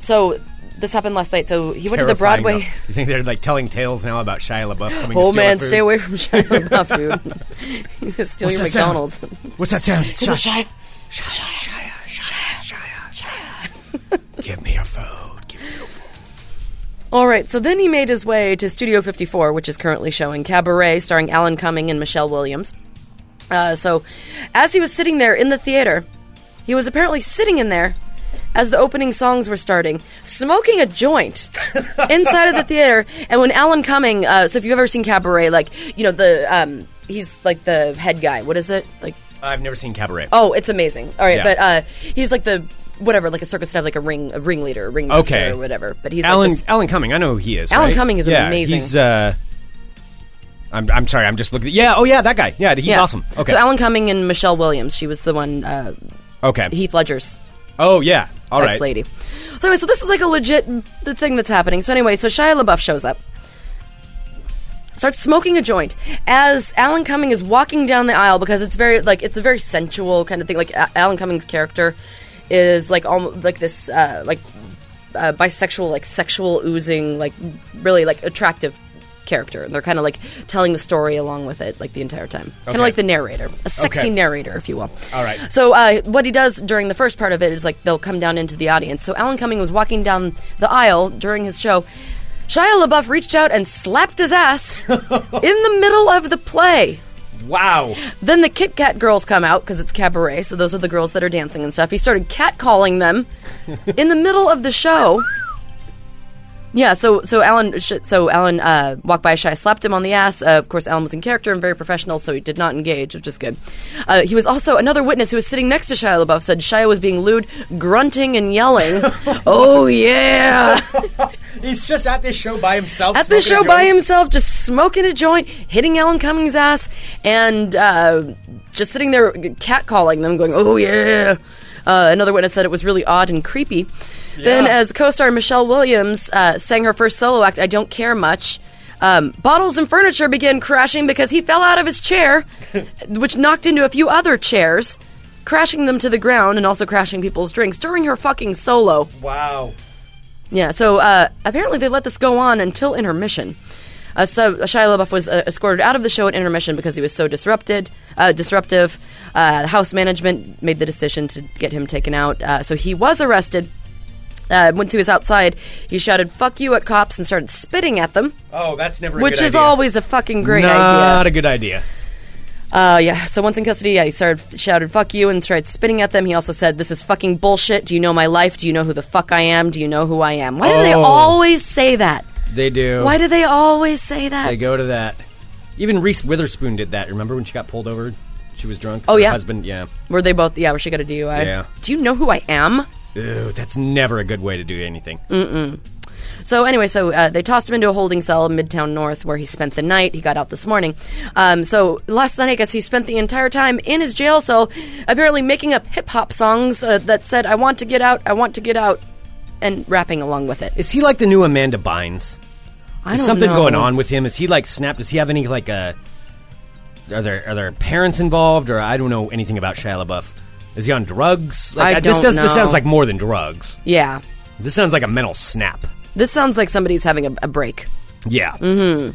so this happened last night. So he went to the
Terrifying,
Broadway.
though. You think they're like telling tales now about Shia LaBeouf coming? to
Oh
steal our
man,
food?
stay away from Shia LaBeouf, dude. He's gonna steal your
that sound?
McDonald's.
What's that sound? It's Shia.
Shia.
Give me your food. Give me your food.
All right, so then he made his way to Studio 54, which is currently showing Cabaret, starring Alan Cumming and Michelle Williams. Uh, so, as he was sitting there in the theater, he was apparently sitting in there as the opening songs were starting, smoking a joint inside of the theater. And when Alan Cumming, uh, so if you've ever seen Cabaret, like you know the um, he's like the head guy. What is it like?
I've never seen Cabaret.
Oh, it's amazing. All right,
Yeah.
but uh, he's like the whatever, like a circus have like a ring, a ringleader, a ringmaster,
Okay.
or whatever. But he's
Alan
like this,
Alan Cumming. I know who he is.
Alan
right?
Cumming is
yeah,
amazing.
He's. Uh, I'm, I'm sorry. I'm just looking. Yeah. Oh yeah, that guy. Yeah, he's
Yeah.
awesome. Okay.
So Alan Cumming and Michelle Williams. She was the one uh,
okay.
Heath Ledger's
oh yeah. All
ex
right.
lady. So anyway, so this is like a legit the thing that's happening. So anyway, so Shia LaBeouf shows up. Starts smoking a joint as Alan Cumming is walking down the aisle because it's very like it's a very sensual kind of thing. Like a- Alan Cumming's character is like almost like this uh, like uh, bisexual, like sexual oozing, like really like attractive character, and they're kind of like telling the story along with it, like the entire time, kind
Okay.
of like the narrator, a sexy
Okay.
narrator, if you will.
All right.
So uh, what he does during the first part of it is like they'll come down into the audience. So Alan Cumming was walking down the aisle during his show. Shia LaBeouf reached out and slapped his ass in the middle of the play.
Wow.
Then the Kit Kat girls come out because it's cabaret, so those are the girls that are dancing and stuff. He started catcalling them in the middle of the show. Yeah, so so Alan sh- so Alan uh, walked by shy, slapped him on the ass. Uh, of course, Alan was in character and very professional, so he did not engage, which is good. Uh, he was also another witness who was sitting next to Shia LaBeouf said Shia was being lewd, grunting and yelling. oh yeah.
He's just at this show by himself.
at the
smoking a
show by
joint.
himself, just smoking a joint, hitting Alan Cummings' ass, and uh, just sitting there catcalling them, going, "Oh yeah." Uh, another witness said it was really odd and creepy. Then, as co-star Michelle Williams uh, sang her first solo act, "I Don't Care Much." Um, bottles and furniture began crashing because he fell out of his chair, which knocked into a few other chairs, crashing them to the ground and also crashing people's drinks during her fucking solo.
Wow.
Yeah, so uh, apparently they let this go on until intermission. Uh, so Shia LaBeouf was uh, escorted out of the show at intermission because he was so disrupted, uh, disruptive. Uh, house management made the decision to get him taken out, uh, so he was arrested. Uh, once he was outside, he shouted "fuck you" at cops and started spitting at them,
Oh, that's never. A
which
good
is
idea.
always a fucking great idea.
Not a good idea.
Uh, yeah. So once in custody, yeah, he started shouted "fuck you" and started spitting at them. He also said, "This is fucking bullshit. Do you know my life? Do you know who the fuck I am? Do you know who I am? Why do they
Oh.
always say that?
They do.
Why do they always say that?
They go to that. Even Reese Witherspoon did that. Remember when she got pulled over? She was drunk.
Oh,
Her
yeah.
husband. Yeah.
Were they both? Yeah, where she got a DUI.
Yeah.
Do you know who I am?
Ew, that's never a good way to do anything.
Mm. So anyway, so uh, they tossed him into a holding cell in Midtown North, where he spent the night. He got out this morning. Um, so last night, I guess he spent the entire time in his jail cell, apparently making up hip hop songs uh, that said, "I want to get out, I want to get out," and rapping along with it.
Is he like the new Amanda Bynes?
I
Is
don't
something
know.
going on with him? Is he like snapped? Does he have any like uh, are there are there parents involved or I don't know anything about Shia LaBeouf? Is he on drugs? Like
I
this
don't
does this
know.
sounds like more than drugs.
Yeah.
This sounds like a mental snap.
This sounds like somebody's having a, a break.
Yeah. Mm-hmm.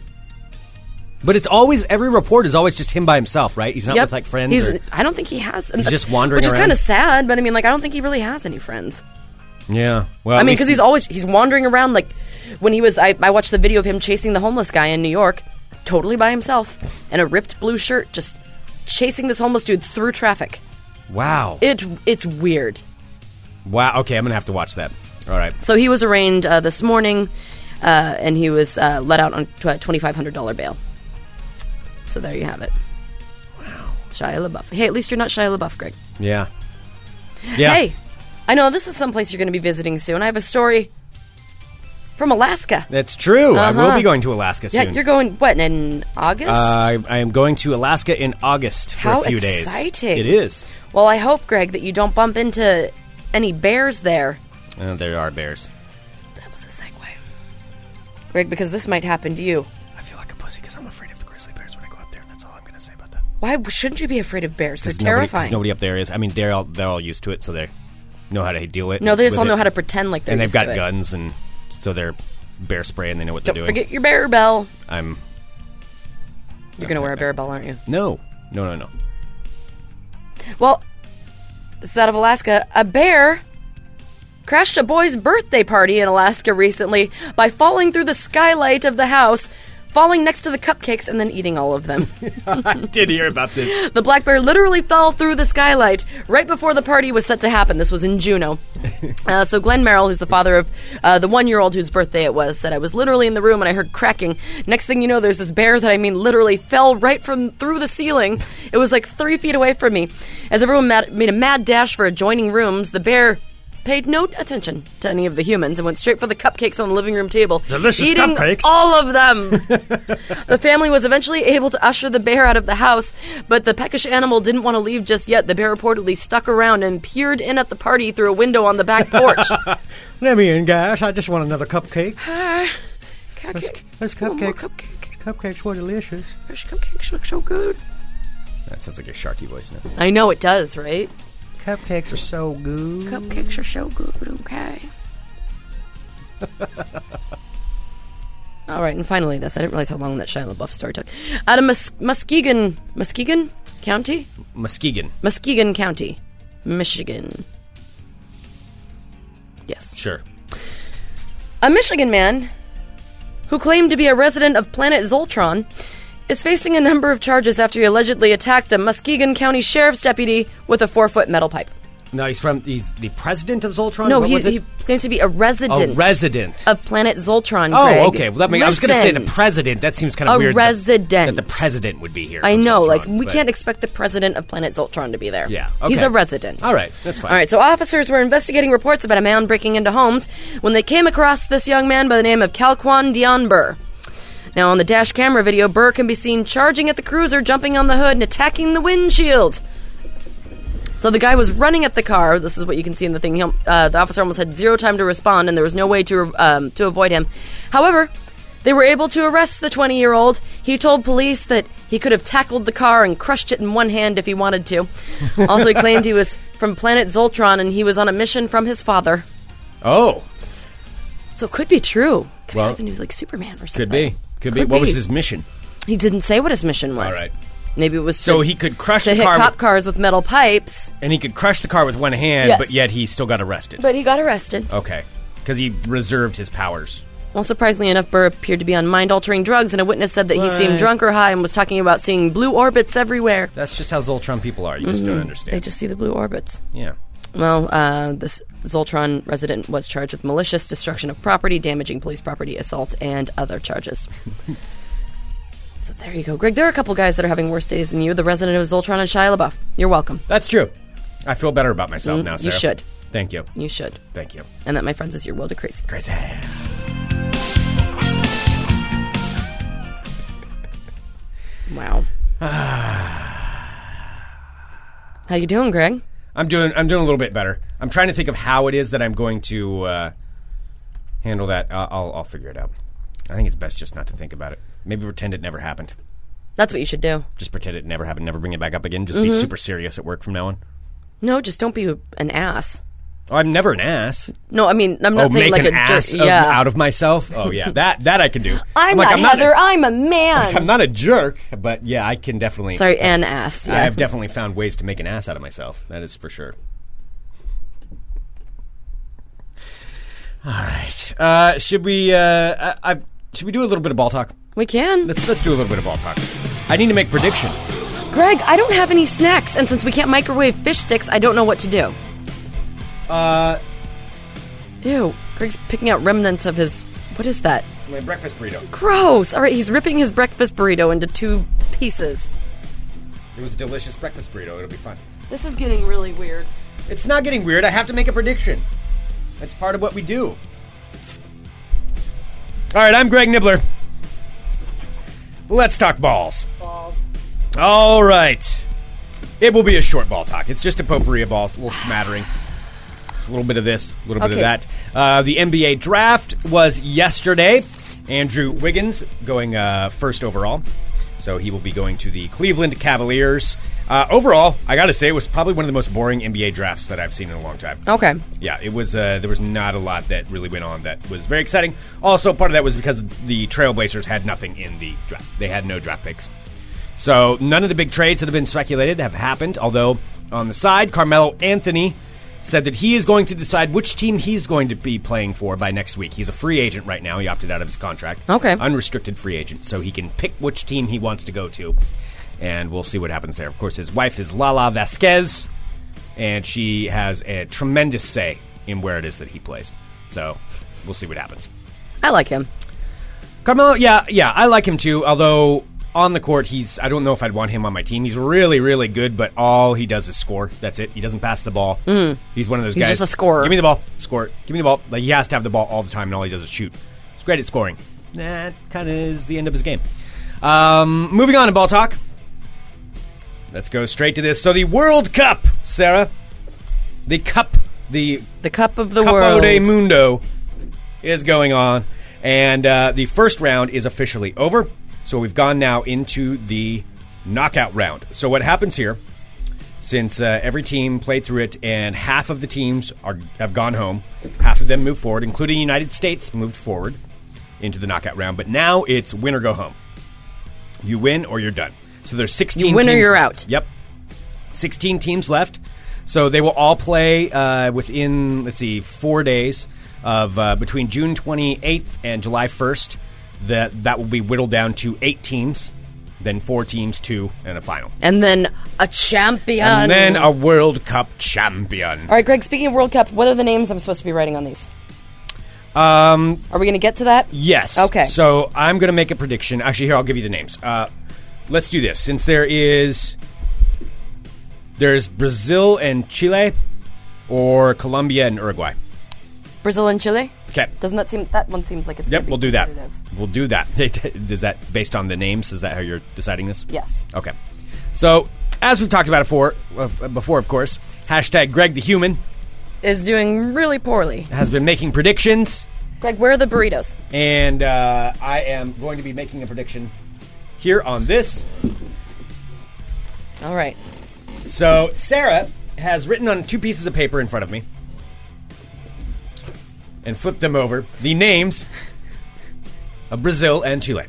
But it's always every report is always just him by himself, right? He's not
yep.
with like friends.
He's,
or,
I don't think he has.
He's just wandering
Which is
around.
kind of sad, but I mean, like, I don't think he really has any friends.
yeah. Well,
I
at
mean,
least-
because he's always he's wandering around. Like when he was, I, I watched the video of him chasing the homeless guy in New York, totally by himself, in a ripped blue shirt, just chasing this homeless dude through traffic.
wow.
It it's weird.
wow. Okay, I'm gonna have to watch that. All right.
So he was arraigned uh, this morning, uh, and he was uh, let out on tw twenty five hundred dollar bail. So there you have it. Wow, Shia LaBeouf. Hey, at least you're not Shia LaBeouf, Greg.
Yeah. Yeah.
Hey, I know this is someplace you're going to be visiting soon. I have a story from Alaska.
That's true. I will
Uh-huh.
be going to Alaska
Yeah,
soon.
you're going what in August?
Uh, I, I am going to Alaska in August for
How
a few
exciting.
days. It is.
Well, I hope, Greg, that you don't bump into any bears there.
Uh, there are bears.
That was a segue. Greg, because this might happen to you.
I feel like a pussy because I'm afraid of the grizzly bears when I go up there. That's all I'm going to say about that.
Why shouldn't you be afraid of bears? They're
Because nobody, 'cause
terrifying.
nobody up there is. I mean, they're all they're all used to it, so they know how to deal it.
no, they just
with
all know
it.
how to pretend like they're
And they've
used
got
to it.
guns, and so they're bear spray, and they know what
Don't
they're doing.
forget your bear bell.
I'm
You're going to wear a bear bell, aren't you?
no, no, no, no.
Well, this is out of Alaska. A bear crashed a boy's birthday party in Alaska recently by falling through the skylight of the house, falling next to the cupcakes, and then eating all of them.
I did hear about this.
The black bear literally fell through the skylight right before the party was set to happen. This was in Juneau. Uh, so Glenn Merrill, who's the father of uh, the one-year-old whose birthday it was, said, "I was literally in the room and I heard cracking. Next thing you know, there's this bear that I mean literally fell right from through the ceiling. It was like three feet away from me. As everyone mad- made a mad dash for adjoining rooms, the bear." Paid no attention to any of the humans and went straight for the cupcakes on the living room table,
Delicious
eating
cupcakes.
all of them. The family was eventually able to usher the bear out of the house, but the peckish animal didn't want to leave just yet. The bear reportedly stuck around and peered in at the party through a window on the back porch.
Let me in, guys. I just want another cupcake.
cupcake. One more
cupcakes.
cupcake.
Cupcakes were delicious.
Those cupcakes look so good.
That sounds like a sharky voice now.
I know it does, right?
Cupcakes are so good.
Cupcakes are so good, okay. All right, and finally this. I didn't realize how long that Shia LaBeouf story took. Out of Mus- Muskegon, Muskegon County?
Muskegon.
Muskegon County, Michigan. Yes.
Sure.
A Michigan man who claimed to be a resident of planet Zoltron is facing a number of charges after he allegedly attacked a Muskegon County sheriff's deputy with a four foot metal pipe.
No, he's from. He's the president of Zoltron.
No,
Oh, What
he,
was it?
he claims to be a resident,
a resident.
of planet Zoltron.
Oh,
Greg.
okay. Well, that makes, I was going to say the
Listen.
president. That seems kind of
A
weird. that-
resident.
That the president would be here.
I
from
know,
Zoltron,
like we
but-
can't expect the president of Planet Zoltron to be there.
Yeah,
he's
okay.
a resident.
All right, that's fine.
All right, so officers were investigating reports about a man breaking into homes when they came across this young man by the name of Calquan Dion Burr. Now, on the dash camera video, Burr can be seen charging at the cruiser, jumping on the hood, and attacking the windshield. So the guy was running at the car. This is what you can see in the thing. He, al- uh, the officer almost had zero time to respond, and there was no way to um, to avoid him. However, they were able to arrest the 20 year old. He told police that he could have tackled the car and crushed it in one hand if he wanted to. Also, he claimed he was from planet Zoltron and he was on a mission from his father.
Oh,
So it could be true. Could
Well,
be like the new like Superman or something.
could be. Could, be. What was his mission?
He didn't say what his mission was.
All right.
Maybe it was
So
to-
he could crush
to
the
hit
car
cop
with-
cars with metal pipes,
And he could crush the car with one hand,
Yes.
but yet he still got arrested.
but he got arrested.
okay, because he reserved his powers.
Well, surprisingly enough, Burr appeared to be on mind altering drugs, and a witness said that he seemed drunk or high and was talking about seeing blue orbits everywhere.
That's just how Zoltron people are. You just don't understand.
Mm-hmm. They just see the blue orbits.
yeah.
Well, uh, this Zoltron resident was charged with malicious destruction of property, damaging police property, assault, and other charges. so there you go, Greg. There are a couple guys that are having worse days than you. The resident of Zoltron and Shia LaBeouf. You're welcome.
That's true. I feel better about myself now,
Mm, you
Sarah.
should.
Thank you.
You should.
Thank you.
And that, my friends, is your world of crazy.
Crazy.
Wow. How you doing, Greg?
I'm doing. I'm doing a little bit better. I'm trying to think of how it is that I'm going to uh, handle that. I'll, I'll, I'll figure it out. I think it's best just not to think about it. Maybe pretend it never happened.
That's what you should do.
Just pretend it never
Mm-hmm.
happened. Never bring it back up again. Just be super serious at work from now on.
No, just don't be an ass.
Oh, I'm never an ass.
No, I mean I'm
oh,
not saying
make
like
an
a jerk.
ass of,
yeah.
out of myself. Oh yeah, that that I can do.
I'm,
like,
not
I'm
Heather.
Not
I'm a
a, I'm
man.
not a jerk, but yeah, I can definitely.
Sorry, an ass.
I
Yeah.
have definitely found ways to make an ass out of myself. That is for sure. All right. Uh, should we? Uh, I, I've, should we do a little bit of ball talk?
We can.
Let's let's do a little bit of ball talk. I need to make predictions.
Greg, I don't have any snacks, and since we can't microwave fish sticks, I don't know what to do.
Uh,
Ew. Greg's picking out remnants of his. What is that?
my breakfast burrito.
Gross. All right, he's ripping his breakfast burrito into two pieces.
It was a delicious breakfast burrito. It'll be fun.
This is getting really weird.
It's not getting weird. I have to make a prediction. That's part of what we do. All right, I'm Greg Nibbler. Let's talk balls.
Balls.
All right. It will be a short ball talk. It's just a potpourri of balls, a little smattering. It's a little bit of this, a little bit of
Okay.
that. Uh, the NBA draft was yesterday. Andrew Wiggins going uh, first overall. So he will be going to the Cleveland Cavaliers. Uh, overall, I got to say, it was probably one of the most boring NBA drafts that I've seen in a long time.
Okay.
Yeah, it was. Uh, there was not a lot that really went on that was very exciting. Also, part of that was because the Trailblazers had nothing in the draft; they had no draft picks. So none of the big trades that have been speculated have happened. Although on the side, Carmelo Anthony said that he is going to decide which team he's going to be playing for by next week. He's a free agent right now. He opted out of his contract.
Okay.
unrestricted free agent, so he can pick which team he wants to go to, and we'll see what happens there. Of course, his wife is Lala Vasquez and she has a tremendous say in where it is that he plays. So we'll see what happens.
I like him.
Carmelo, yeah, yeah, I like him too. Although on the court, he's I don't know if I'd want him on my team. He's really, really good, but all he does is score. That's it. He doesn't pass the ball. He's one of those
Mm. He's
guys.
just a scorer.
Give me the ball, score. Give me the ball. Like he has to have the ball all the time, and all he does is shoot. He's great at scoring. That kind of is the end of his game. Um, moving on to ball talk. Let's go straight to this. So the World Cup, Sarah, the cup, the
The cup of the
Capo
world.
de Mundo is going on, and uh, the first round is officially over. So we've gone now into the knockout round. So what happens here? Since uh, every team played through it, and half of the teams are have gone home, half of them move forward, including the United States moved forward into the knockout round. But now it's win or go home. You win or you're done. So there's 16.
You win or
teams
you're
left.
out.
Yep, 16 teams left. So they will all play uh, within, let's see, four days of uh, between June 28th and July 1st. That that will be whittled down to eight teams, then four teams, two, and a final,
and then a champion.
and then a World Cup champion.
All right, Greg, speaking of World Cup, what are the names I'm supposed to be writing on these? Um, are we going to get to that?
Yes.
Okay.
So I'm going to make a prediction. Actually, here I'll give you the names. Uh, let's do this since there is there's Brazil and Chile, or Colombia and Uruguay.
Brazil and Chile?
Okay.
Doesn't that seem that one seems like it's gonna
Yep,
be
we'll do that.
competitive.
We'll do that. Is that based on the names? Is that how you're deciding this?
Yes.
Okay. So, as we've talked about before, uh, before of course, hashtag Greg the Human
Is doing really poorly.
has been making predictions,
Greg, where are the burritos?
and uh, I am going to be making a prediction here on this.
All right.
So, Sarah has written on two pieces of paper in front of me and flipped them over the names of Brazil and Chile.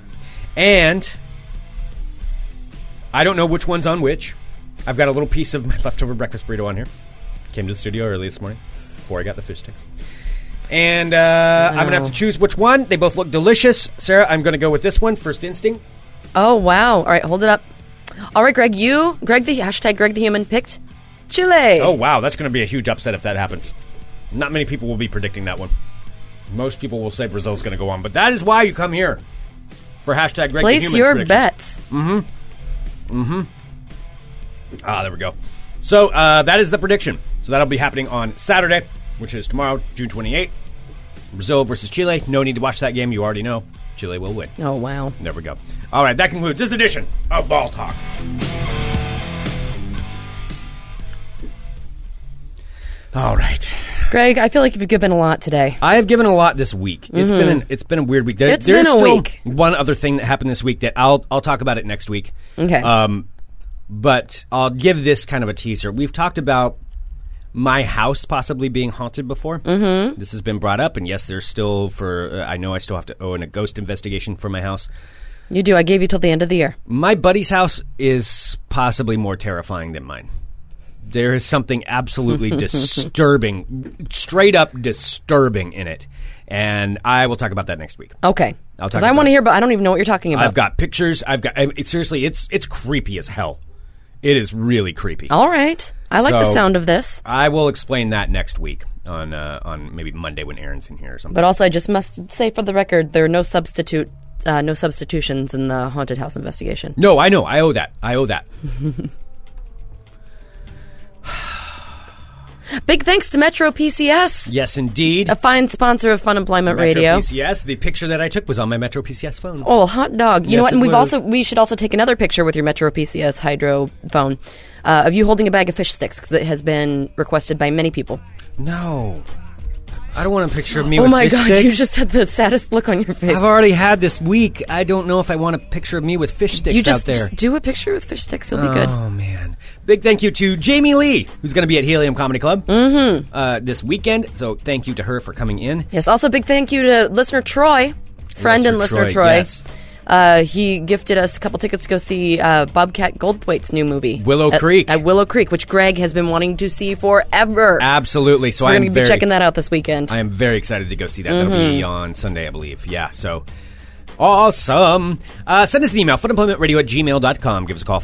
And I don't know which one's on which. I've got a little piece of my leftover breakfast burrito on here. Came to the studio early this morning before I got the fish sticks. And uh, I'm going to have to choose which one. They both look delicious. Sarah, I'm going to go with this one, First Instinct.
Oh wow. All right, hold it up. All right, Greg, you Greg the hashtag Greg the human picked Chile.
Oh wow, that's going to be a huge upset if that happens. Not many people will be predicting that one. Most people will say Brazil's going to go on, but that is why you come here for hashtag Greg the
Place
Human's
your
predictions.
bets.
Ah, there we go. So uh, that is the prediction. So that'll be happening on Saturday, which is tomorrow, June 28th. Brazil versus Chile. No need to watch that game. You already know Chile will win.
Oh wow.
There we go. All right, that concludes this edition of Ball Talk. All right.
Greg, I feel like you've given a lot today.
I have given a lot this week. It's been an, it's been a weird week. There,
Mm-hmm. It's
there's
been a
still
week.
One other thing that happened this week that I'll I'll talk about it next week.
Okay.
Uh, Um, but I'll give this kind of a teaser. We've talked about my house possibly being haunted before. Mm-hmm. This has been brought up, and yes, there's still for uh, I know I still have to owe in a ghost investigation for my house.
You do. I gave you till the end of the year.
My buddy's house is possibly more terrifying than mine. There is something absolutely disturbing, straight up disturbing in it, and I will talk about that next week.
Okay.
I'll talk
'Cause I
about
want to
it.
hear, but I don't even know what you're talking about.
I've got pictures. I've got I, it, seriously. It's it's creepy as hell. It is really creepy.
All right. I like the
So-
sound of this.
I will explain that next week on uh, on maybe Monday when Aaron's in here or something.
But also, I just must say for the record, there are no substitute, uh, no substitutions in the haunted house investigation.
no, I know. I owe that. I owe that.
Big thanks to Metro PCS,
Yes, indeed.
a fine sponsor of Fun Employment
Metro
Radio.
PCS. The picture that I took was on my Metro PCS phone.
Oh, well, hot dog! You
Yes,
know what?
it
And we've
was.
also we should also take another picture with your Metro PCS Hydro phone uh, of you holding a bag of fish sticks because it has been requested by many people.
No, I don't want a picture of me.
oh
with
my
fish
god,
sticks.
you just had the saddest look on your face.
I've already had this week. I don't know if I want a picture of me with fish sticks
you just,
out there.
just do a picture with fish sticks; you'll be good.
Oh man! Big thank you to Jamie Lee, who's going to be at Helium Comedy Club
Mm-hmm.
uh, this weekend. So thank you to her for coming in.
Yes. Also, big thank you to listener Troy, friend and
Listener
listener Troy.
Troy, yes.
Uh, he gifted us a couple tickets to go see uh, Bobcat Goldthwait's new movie,
Willow
at-
Creek.
At Willow Creek, which Greg has been wanting to see forever.
Absolutely. So,
We're
Ah, I'm
going to be
very,
checking that out this weekend.
I am very excited to go see that. That'll be on Sunday, I believe. Yeah, so awesome. Uh, send us an email, funemploymentradio at gmail.com. Give us a call,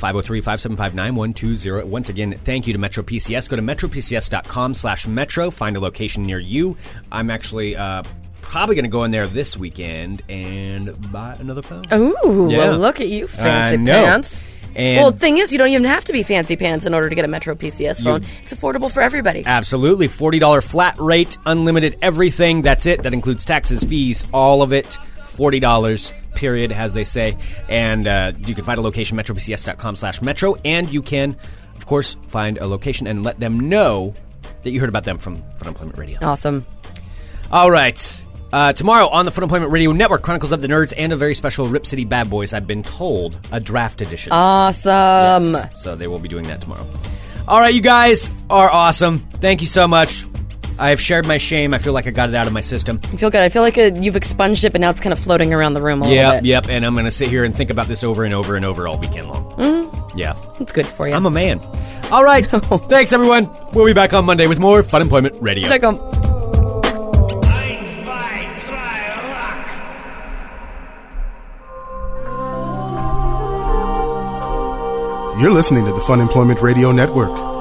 503-575-9120. Once again, thank you to Metro PCS. Go to metropcs.com slash metro. Find a location near you. I'm actually uh, probably going to go in there this weekend and buy another phone.
Ooh,
Yeah.
well, look at you, fancy
I know.
pants.
And-
well, the thing is, you don't even have to be fancy pants in order to get a Metro PCS phone. it's affordable for everybody.
Ah. Absolutely. $40 flat rate, unlimited everything. That's it. That includes taxes, fees, all of it. $40, period, as they say. And uh, you can find a location, metropcs.com slash metro. And you can, of course, find a location and let them know that you heard about them from Fun Employment Radio.
awesome.
All right. Uh, tomorrow on the Fun Employment Radio Network, Chronicles of the Nerds and a very special Rip City Bad Boys, I've been told, a draft edition.
Awesome.
So they will be doing that tomorrow. All right, you guys are awesome. Thank you so much. I have shared my shame. I feel like I got it out of my system.
I feel good. I feel like uh you've expunged it, but now it's kind of floating around the room a little
Yep,
bit.
yep. And I'm going to sit here and think about this over and over and over all weekend long. Yeah.
It's good for you.
I'm a man. All right. Thanks, everyone. We'll be back on Monday with more Fun Employment Radio.
Check 'em.
Eins, zwei, drei, rock!
You're listening to the Fun Employment Radio Network.